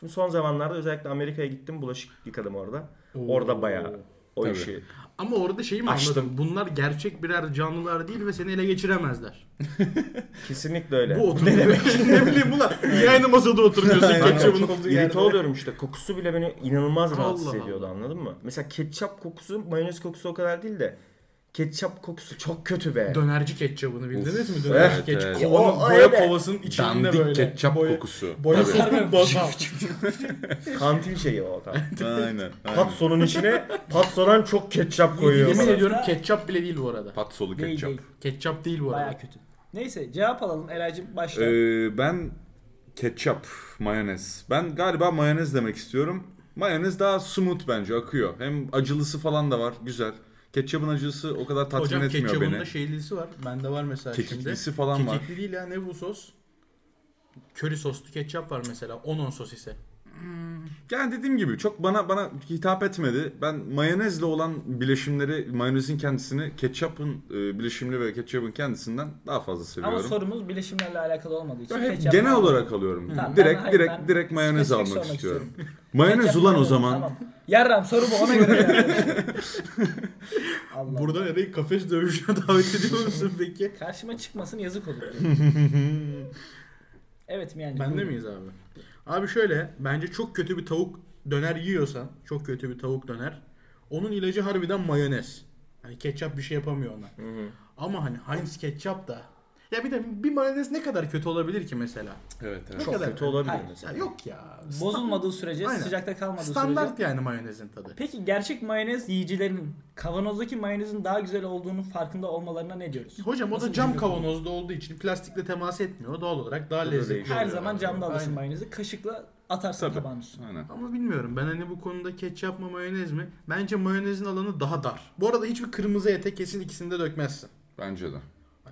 Speaker 1: Şimdi son zamanlarda özellikle Amerika'ya gittim. Bulaşık yıkadım orada. Orada bayağı o
Speaker 2: Tabii.
Speaker 1: işi.
Speaker 4: Ama orada şeyi mi
Speaker 1: Açtım.
Speaker 4: anladım? Bunlar gerçek birer canlılar değil ve seni ele geçiremezler.
Speaker 1: Kesinlikle öyle.
Speaker 4: Bu oturma. Ne demek? ne bileyim ulan. Niye aynı masada oturuyorsun
Speaker 1: Aynen.
Speaker 4: ketçabın
Speaker 1: Çok
Speaker 4: olduğu
Speaker 1: irite
Speaker 4: yerde?
Speaker 1: oluyorum işte. Kokusu bile beni inanılmaz rahatsız
Speaker 4: Allah
Speaker 1: ediyordu anladın mı? Mesela ketçap kokusu, mayonez kokusu o kadar değil de ketçap kokusu çok kötü be. Eh,
Speaker 4: Dönerci ketçabını bildiniz mi? Dönerci
Speaker 2: Evet,
Speaker 4: ketçap.
Speaker 2: evet.
Speaker 4: Kovanın,
Speaker 1: O- o
Speaker 4: boya
Speaker 1: öyle.
Speaker 4: kovasının içinde
Speaker 2: Dandik
Speaker 4: böyle.
Speaker 2: ketçap
Speaker 4: boya,
Speaker 2: kokusu.
Speaker 4: Boya
Speaker 2: Tabii.
Speaker 4: sarmıyor. Bozal.
Speaker 1: Kantin şeyi o tam.
Speaker 2: aynen. aynen.
Speaker 1: Patsonun içine patsodan çok ketçap koyuyor.
Speaker 4: Yemin
Speaker 1: falan.
Speaker 4: ediyorum ketçap bile değil bu arada.
Speaker 2: Pat solu
Speaker 3: Değil
Speaker 2: ketçap.
Speaker 3: değil.
Speaker 4: Ketçap değil bu
Speaker 3: Baya
Speaker 4: arada.
Speaker 3: kötü. Neyse cevap alalım. Eracığım başla.
Speaker 2: Ee, ben ketçap, mayonez. Ben galiba mayonez demek istiyorum. Mayonez daha smooth bence akıyor. Hem acılısı falan da var. Güzel. Ketçapın acısı o kadar tatmin
Speaker 4: Hocam
Speaker 2: etmiyor
Speaker 4: ketçabın
Speaker 2: beni.
Speaker 4: da şeylisi var. Bende var mesela
Speaker 2: Kekiklisi
Speaker 4: şimdi.
Speaker 2: falan var.
Speaker 4: Kekikli değil ya ne bu sos? Köri soslu ketçap var mesela. Onon sos ise.
Speaker 2: Yani dediğim gibi çok bana bana hitap etmedi. Ben mayonezle olan bileşimleri, mayonezin kendisini ketçapın e, bileşimli ve ketçapın kendisinden daha fazla seviyorum.
Speaker 3: Ama sorumuz bileşimlerle alakalı olmadığı için.
Speaker 2: Ben hep
Speaker 3: ketçap-
Speaker 2: genel olarak alıyorum.
Speaker 3: Tamam,
Speaker 2: direkt
Speaker 3: ben- hayır,
Speaker 2: direkt
Speaker 3: ben
Speaker 2: direkt mayonez
Speaker 3: spesifik
Speaker 2: almak
Speaker 3: sormak
Speaker 2: istiyorum. mayonez
Speaker 3: Ketçap
Speaker 2: ulan o
Speaker 3: mayonez,
Speaker 2: zaman.
Speaker 3: Tamam. Yarram soru bu ona göre. yani. Allah.
Speaker 4: Burada nereye kafes dövüşüne davet ediyor musun peki?
Speaker 3: Karşıma çıkmasın yazık olur. evet mi yani?
Speaker 4: Bende miyiz abi? Abi şöyle bence çok kötü bir tavuk döner yiyorsan çok kötü bir tavuk döner. Onun ilacı harbiden mayonez. Hani ketçap bir şey yapamıyor ona. Ama hani Heinz ketçap da. Ya bir de bir mayonez ne kadar kötü olabilir ki mesela?
Speaker 2: Evet, evet.
Speaker 4: Ne
Speaker 1: Çok
Speaker 4: kadar?
Speaker 1: kötü olabilir
Speaker 3: Hayır.
Speaker 4: Ya
Speaker 1: mesela.
Speaker 4: yok ya.
Speaker 3: Bozulmadığı sürece,
Speaker 4: Aynen.
Speaker 3: sıcakta kalmadığı sürece.
Speaker 4: Standart yani mayonezin tadı.
Speaker 3: Peki gerçek mayonez yiyicilerin kavanozdaki mayonezin daha güzel olduğunun farkında olmalarına ne diyoruz?
Speaker 4: Hocam o
Speaker 3: Nasıl
Speaker 4: da cam
Speaker 3: bir cümle?
Speaker 4: kavanozda olduğu için plastikle temas etmiyor. Doğal olarak daha lezzetli
Speaker 1: değişiyor.
Speaker 3: Her
Speaker 4: oluyor.
Speaker 3: zaman camda alırsın
Speaker 4: Aynen.
Speaker 3: mayonezi, kaşıkla atarsın
Speaker 2: Tabii.
Speaker 3: tabağın üstüne.
Speaker 2: Aynen.
Speaker 4: Ama bilmiyorum ben hani bu konuda ketçap mı mayonez mi? Bence mayonezin alanı daha dar. Bu arada hiçbir kırmızı ete kesin ikisini de dökmezsin.
Speaker 2: Bence de.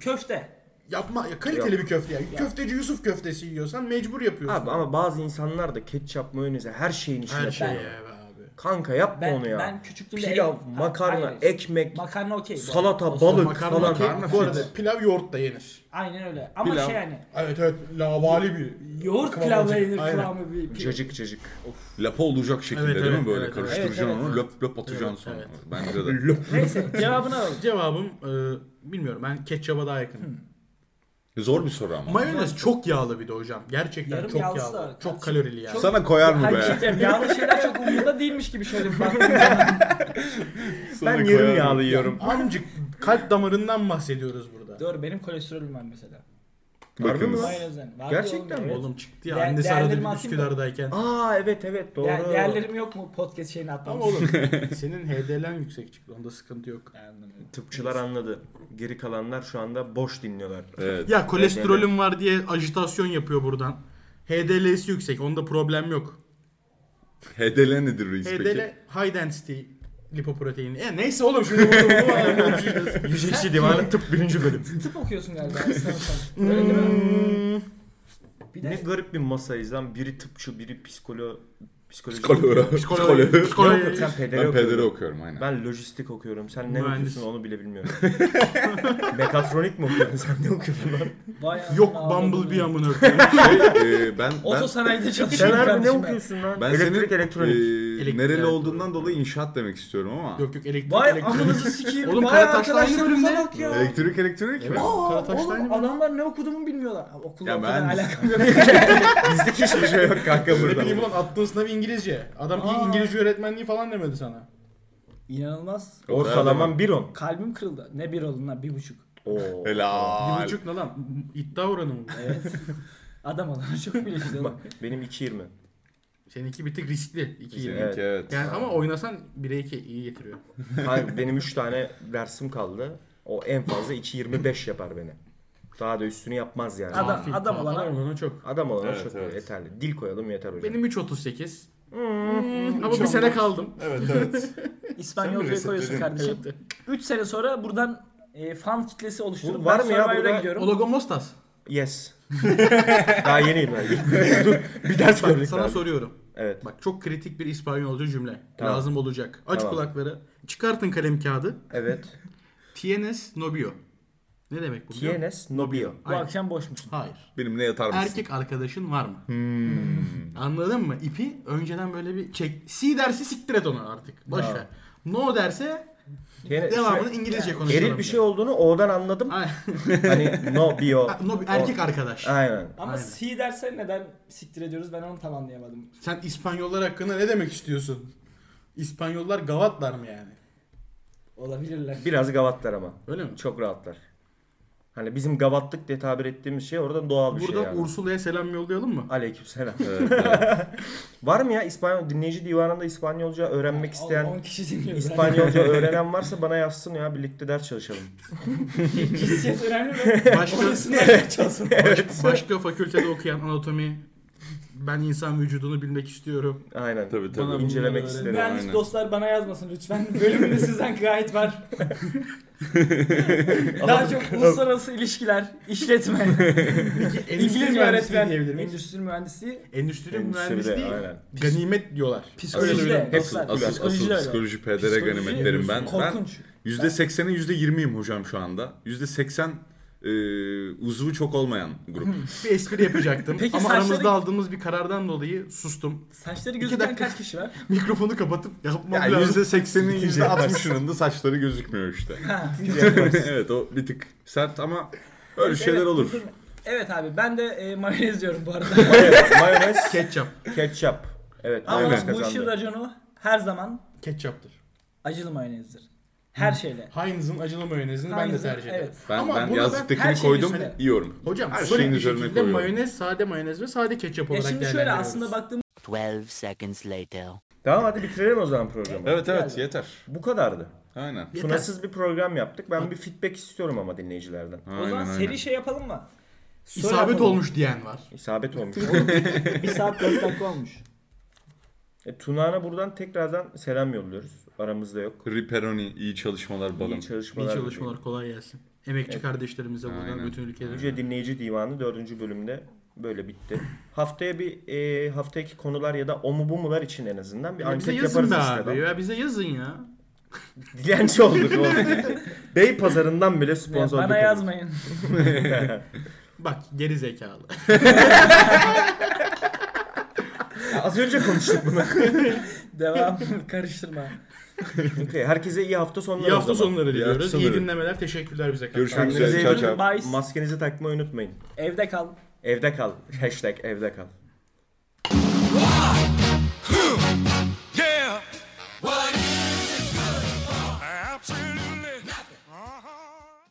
Speaker 3: Köfte.
Speaker 4: Yapma ya kaliteli bir köfte ya. Köfteci Yusuf köftesi yiyorsan mecbur yapıyorsun.
Speaker 1: Abi ama bazı insanlar da ketçap, mayonezi her şeyin içine
Speaker 4: Her şey
Speaker 1: koyuyor.
Speaker 4: ya be abi.
Speaker 1: Kanka yapma
Speaker 3: Ben,
Speaker 1: onu ya.
Speaker 3: ben küçüklüğümde...
Speaker 1: Pilav,
Speaker 3: Ha,
Speaker 1: makarna,
Speaker 3: hayır.
Speaker 1: ekmek,
Speaker 3: Makarna okey. bu arada.
Speaker 1: salata,
Speaker 3: O zaman-
Speaker 1: balık
Speaker 4: Makarna
Speaker 1: falan.
Speaker 4: okey.
Speaker 2: Makarna
Speaker 4: Bu
Speaker 2: fit.
Speaker 4: arada pilav yoğurt da yenir.
Speaker 3: Aynen öyle. Ama
Speaker 1: Pilav.
Speaker 3: şey yani
Speaker 5: Evet evet lavali bir.
Speaker 3: yoğurt
Speaker 5: kıvam
Speaker 3: pilavla
Speaker 5: olacak.
Speaker 3: yenir
Speaker 5: Aynen.
Speaker 3: kıvamı bir pilav.
Speaker 1: Cacık cacık.
Speaker 2: Lapa olacak şekilde
Speaker 4: Evet,
Speaker 2: değil
Speaker 4: evet,
Speaker 2: mi böyle
Speaker 4: evet,
Speaker 2: karıştıracaksın
Speaker 3: evet.
Speaker 2: onu
Speaker 3: Evet,
Speaker 2: löp löp atacaksın
Speaker 4: Evet,
Speaker 2: sonra.
Speaker 4: evet.
Speaker 2: Bence de.
Speaker 3: Neyse cevabını alalım.
Speaker 4: Cevabım e, bilmiyorum ben ketçaba daha
Speaker 3: Hmm.
Speaker 4: yakınım.
Speaker 2: Zor bir soru ama.
Speaker 4: Mayonez çok yağlı bir de hocam. Gerçekten
Speaker 3: Yarım
Speaker 4: çok
Speaker 3: yağlısı
Speaker 4: yağlı.
Speaker 3: da-
Speaker 4: Çok kalorili yani.
Speaker 2: Sana koyar mı
Speaker 3: Hayır
Speaker 2: be?
Speaker 3: şey yanlış şeyler çok umurda değilmiş gibi şöyle bir baktığım zaman.
Speaker 2: Sana
Speaker 1: Ben
Speaker 2: koyar
Speaker 1: yarım
Speaker 2: mı?
Speaker 1: yağlı yiyorum.
Speaker 4: Amcık kalp damarından bahsediyoruz burada.
Speaker 3: Doğru benim kolesterolüm var mesela.
Speaker 2: Bakınız.
Speaker 1: Harbi
Speaker 3: Mayonezden. Var
Speaker 1: Gerçekten
Speaker 3: diyor
Speaker 1: mi
Speaker 3: evet.
Speaker 4: Oğlum çıktı ya
Speaker 3: Değer-
Speaker 4: annesi
Speaker 3: değerlerimi
Speaker 4: aradı bir
Speaker 3: atayım da.
Speaker 4: Üsküdar'dayken.
Speaker 1: Aa evet evet doğru.
Speaker 3: De- değerlerim yok mu podcast şeyini
Speaker 4: Ama
Speaker 3: atmamız?
Speaker 4: oğlum senin HDL'n yüksek çıktı onda sıkıntı yok.
Speaker 1: Tıpçılar anladı. Geri kalanlar şu anda boş dinliyorlar.
Speaker 2: Evet.
Speaker 4: Ya kolesterolüm var diye ajitasyon yapıyor buradan. HDL'si yüksek onda problem yok.
Speaker 2: HDL nedir reis peki?
Speaker 4: HDL high density lipoprotein. E neyse oğlum şimdi bunu bunu bana konuşacağız.
Speaker 1: Yüce İşçi Divanı Tıp 1. Bölüm.
Speaker 3: Tıp okuyorsun galiba. sanırsam. Öyle değil mi?
Speaker 4: Hmm.
Speaker 3: Bir
Speaker 1: ne
Speaker 3: de
Speaker 1: garip bir masayız lan. Biri tıpçı, biri psikolo... Psikoloji.
Speaker 2: Psikoloji.
Speaker 4: Psikoloji.
Speaker 2: Psikoloji.
Speaker 1: Yok,
Speaker 4: Psikoloji.
Speaker 1: sen pedere
Speaker 2: Ben pederi
Speaker 1: okuyorum.
Speaker 2: okuyorum aynen.
Speaker 1: Ben lojistik okuyorum. Sen ne
Speaker 4: Mühendis.
Speaker 1: okuyorsun onu bile bilmiyorum. Mekatronik mi okuyorsun? Sen ne okuyorsun lan?
Speaker 3: bayağı
Speaker 4: Yok
Speaker 3: ağladım
Speaker 4: Bumblebee
Speaker 3: ya.
Speaker 4: amına koyayım.
Speaker 2: Ee, ben ben
Speaker 3: Oto sanayide
Speaker 1: Sen
Speaker 3: çalışıyorum
Speaker 1: harbi ne
Speaker 3: kardeşim ben.
Speaker 1: okuyorsun lan?
Speaker 2: ben
Speaker 1: Elektrik,
Speaker 2: senin
Speaker 1: elektronik.
Speaker 2: ee,
Speaker 4: Elektrik,
Speaker 2: nereli
Speaker 4: evet.
Speaker 2: olduğundan dolayı inşaat demek istiyorum ama.
Speaker 4: Yok yok elektrik
Speaker 3: Vay
Speaker 4: elektrik.
Speaker 3: amınızı sikeyim.
Speaker 4: Oğlum,
Speaker 3: Vay
Speaker 4: Karataş'ta aynı
Speaker 3: arkadaşlarımıza
Speaker 4: bölümde.
Speaker 3: bak ya.
Speaker 2: Elektrik elektronik mi?
Speaker 4: Evet.
Speaker 3: Aa,
Speaker 4: Karataş'ta aynı
Speaker 3: oğlum
Speaker 4: bölümde.
Speaker 3: adamlar ne okuduğumu bilmiyorlar. Ha, Okulla
Speaker 2: Ya
Speaker 3: o kadar
Speaker 2: mühendis.
Speaker 3: alakam yok.
Speaker 2: Bizdeki hiçbir şey yok kanka
Speaker 4: Ne
Speaker 2: burada.
Speaker 4: bileyim ulan attığın sınav İngilizce. Adam
Speaker 3: Aa.
Speaker 4: iyi İngilizce öğretmenliği falan demedi sana.
Speaker 3: İnanılmaz.
Speaker 2: O kadar
Speaker 1: Ortalaman 1.10.
Speaker 3: Kalbim kırıldı. Ne bir olun lan bir buçuk.
Speaker 1: Oo.
Speaker 4: Bir
Speaker 2: Helal.
Speaker 4: buçuk ne lan? İddia oranı mı?
Speaker 3: Evet. Adam olan çok bilinçli.
Speaker 1: Bak benim 2.20.
Speaker 4: Seninki bir tık riskli. 2
Speaker 2: Seninki,
Speaker 4: yıl.
Speaker 1: Evet.
Speaker 2: evet.
Speaker 4: Yani ama oynasan 1'e 2 iyi getiriyor.
Speaker 1: Hayır benim 3 tane dersim kaldı. O en fazla 2.25 yapar beni. Daha da üstünü yapmaz yani.
Speaker 3: Adam-
Speaker 4: Afiyet
Speaker 3: adam
Speaker 4: olsun.
Speaker 3: olana-
Speaker 4: Adam olana çok.
Speaker 1: Adam olana
Speaker 2: Evet,
Speaker 1: çok
Speaker 2: evet.
Speaker 1: yeterli. Dil koyalım yeter hocam.
Speaker 4: Benim 3.38. Hmm, ama bir sene kaldım.
Speaker 2: Evet evet.
Speaker 3: İspanyolca'ya koyuyorsun
Speaker 2: resetledin.
Speaker 3: kardeşim. 3 sene sonra buradan e, fan kitlesi oluşturup
Speaker 1: Bu
Speaker 3: var
Speaker 1: var
Speaker 3: ben
Speaker 1: mı ya
Speaker 3: Survivor'a
Speaker 1: burada?
Speaker 3: gidiyorum.
Speaker 4: Ologomostas.
Speaker 1: Yes. Daha yeniyim ben. Dur, bir ders
Speaker 4: Bak
Speaker 1: gördük.
Speaker 4: sana
Speaker 1: daha.
Speaker 4: soruyorum.
Speaker 1: Evet.
Speaker 4: Bak çok kritik bir İspanyolca cümle.
Speaker 1: Tamam.
Speaker 4: Lazım olacak. Aç
Speaker 1: Tamam.
Speaker 4: kulakları. Çıkartın kalem kağıdı.
Speaker 1: Evet.
Speaker 4: Tienes novio. Ne demek bu? biliyor musun?
Speaker 1: Tienes nobio.
Speaker 3: Bu
Speaker 4: Aynen.
Speaker 3: akşam boş musun?
Speaker 4: Hayır.
Speaker 2: Benimle yatar mısın?
Speaker 4: Erkek arkadaşın var mı?
Speaker 1: Hmm.
Speaker 4: Anladın mı? İpi önceden böyle bir çek. Si derse siktir et onu artık. Boş
Speaker 1: Tamam.
Speaker 4: ver. No derse
Speaker 1: Tiene-
Speaker 4: devamını
Speaker 1: şu-
Speaker 4: İngilizce konuşalım.
Speaker 1: Eril bir şey olduğunu O'dan anladım.
Speaker 4: Aynen.
Speaker 1: hani nobio.
Speaker 4: No, bir erkek arkadaş.
Speaker 1: Aynen.
Speaker 3: Ama
Speaker 4: Aynen.
Speaker 3: si derse neden siktir ediyoruz ben onu tam anlayamadım.
Speaker 4: Sen İspanyollar hakkında ne demek istiyorsun? İspanyollar gavatlar mı yani?
Speaker 3: Olabilirler.
Speaker 1: Biraz gavatlar ama.
Speaker 4: Öyle mi?
Speaker 1: Çok rahatlar. Hani bizim gavatlık diye tabir ettiğimiz şey oradan doğal bir
Speaker 4: Burada
Speaker 1: şey yani.
Speaker 4: Ursula'ya selam yollayalım mı?
Speaker 1: Aleykümselam.
Speaker 2: Evet, evet.
Speaker 1: Var mı ya İspanyol dinleyici divanında İspanyolca öğrenmek
Speaker 3: On- on
Speaker 1: isteyen
Speaker 3: kişi dinliyor.
Speaker 1: İspanyolca öğrenen varsa bana yazsın ya birlikte ders çalışalım.
Speaker 3: Cinsiyet önemli mi?
Speaker 4: Başka,
Speaker 3: Sınavlar çalsın.
Speaker 4: başka fakültede okuyan anatomi ben insan vücudunu bilmek istiyorum.
Speaker 1: Aynen.
Speaker 2: Tabii, tabii.
Speaker 1: Bana
Speaker 2: Bunları
Speaker 1: incelemek
Speaker 4: öğren.
Speaker 1: isterim.
Speaker 3: Mühendis
Speaker 2: aynen.
Speaker 3: dostlar bana yazmasın lütfen. Bölümde sizden gayet var. Daha çok uluslararası ilişkiler, işletme, İngilizce öğretmen,
Speaker 4: diyebilir miyiz?
Speaker 3: endüstri mühendisliği,
Speaker 4: Endüstri
Speaker 1: Endüstride,
Speaker 4: mühendisliği
Speaker 1: aynen.
Speaker 4: ganimet diyorlar.
Speaker 3: psikoloji
Speaker 2: Öyle
Speaker 3: de
Speaker 2: bir-
Speaker 3: dostlar.
Speaker 2: asıl,
Speaker 3: psikoloji
Speaker 2: asıl
Speaker 3: de öyle.
Speaker 2: psikoloji PDR
Speaker 3: Psikoloji
Speaker 2: ganimet derim ben. Ben
Speaker 3: Korkunç.
Speaker 2: %80'e %20'yim hocam şu anda. %80 e, uzuvu çok olmayan grup.
Speaker 1: Hmm.
Speaker 4: Bir espri yapacaktım
Speaker 3: Peki
Speaker 4: ama
Speaker 3: saçları-
Speaker 4: aramızda aldığımız bir karardan dolayı sustum.
Speaker 3: Saçları
Speaker 4: İki
Speaker 3: gözüken
Speaker 4: dakika.
Speaker 3: kaç kişi var?
Speaker 4: Mikrofonu kapatıp yapmam
Speaker 2: Ya
Speaker 4: lazım.
Speaker 2: %80'in %60'ının da saçları gözükmüyor işte. evet o bir tık sert ama öyle şeyler
Speaker 3: Evet.
Speaker 2: olur.
Speaker 3: Evet abi ben de e, mayonez diyorum bu arada.
Speaker 1: Evet, mayonez,
Speaker 4: Ketçap.
Speaker 1: ketçap. Evet,
Speaker 3: Ama
Speaker 1: mayonez
Speaker 3: bu işin
Speaker 1: kazandı.
Speaker 3: raconu her zaman
Speaker 4: Ketçaptır.
Speaker 3: acılı mayonezdir. Her şeyle.
Speaker 4: Heinz'ın acılı mayonezini ben de
Speaker 3: Heinz'ın-
Speaker 4: tercih ederim.
Speaker 3: evet.
Speaker 2: Ben,
Speaker 4: Ama
Speaker 2: ben
Speaker 4: bunu ben
Speaker 2: yazlıktakini
Speaker 3: her şeyin
Speaker 2: koydum
Speaker 3: üzerine-
Speaker 2: yiyorum.
Speaker 4: Hocam
Speaker 2: Her
Speaker 4: sürekli
Speaker 2: şeyin
Speaker 4: bir
Speaker 2: üzerine
Speaker 4: şekilde
Speaker 2: koyuyorum.
Speaker 4: mayonez, sade mayonez ve sade
Speaker 3: Ya
Speaker 4: ketçap olarak
Speaker 3: E şimdi şöyle
Speaker 4: değerlendiriyoruz.
Speaker 3: aslında baktığım
Speaker 6: 12 seconds later.
Speaker 1: Tamam hadi bitirelim o zaman programı.
Speaker 2: Evet evet
Speaker 3: Güzel.
Speaker 2: yeter.
Speaker 1: Bu kadardı.
Speaker 2: Aynen.
Speaker 1: Tunasız bir program yaptık. Ben bir feedback istiyorum ama dinleyicilerden.
Speaker 3: o zaman
Speaker 2: Aynen, aynen.
Speaker 3: seri şey yapalım mı? Soru
Speaker 4: İsabet
Speaker 3: yapalım.
Speaker 4: olmuş diyen var.
Speaker 1: İsabet olmuş.
Speaker 3: Bir saat 4 dakika olmuş.
Speaker 1: e, Tuna'na buradan tekrardan selam yolluyoruz. Aramızda yok.
Speaker 2: Riperoni iyi çalışmalar balım.
Speaker 1: İyi
Speaker 4: İyi
Speaker 1: çalışmalar.
Speaker 4: çalışmalar kolay gelsin. Emekçi kardeşlerimize buradan
Speaker 2: Aynen.
Speaker 4: bütün ülkelere.
Speaker 1: Yüce Dinleyici Divanı 4. bölümde böyle bitti. Haftaya bir e, haftaki konular ya da o mu bu mular için en azından bir
Speaker 4: Ya bize
Speaker 1: anket
Speaker 4: yazın
Speaker 1: yaparız
Speaker 4: be
Speaker 1: listeden.
Speaker 4: abi ya bize yazın ya.
Speaker 1: Dilenci olduk oğlum. Bey pazarından bile
Speaker 3: Ya
Speaker 1: sponsor
Speaker 3: bana
Speaker 1: getirdik.
Speaker 3: yazmayın.
Speaker 4: Bak geri zekalı.
Speaker 1: Ya Az önce konuştuk bunu.
Speaker 3: Devam. Karıştırma.
Speaker 1: Okey, Herkese iyi hafta sonları
Speaker 4: İyi
Speaker 1: o
Speaker 4: hafta
Speaker 1: zaman.
Speaker 4: sonları diliyoruz. İyi
Speaker 2: sonları.
Speaker 4: dinlemeler. Teşekkürler bize.
Speaker 2: Görüşmek
Speaker 1: Kendinize
Speaker 2: üzere.
Speaker 1: iyi
Speaker 2: Çao
Speaker 1: bakın.
Speaker 2: çao.
Speaker 3: Bye.
Speaker 1: Maskenizi takmayı unutmayın.
Speaker 3: Evde kal.
Speaker 1: Evde kal. Hashtag evde kal.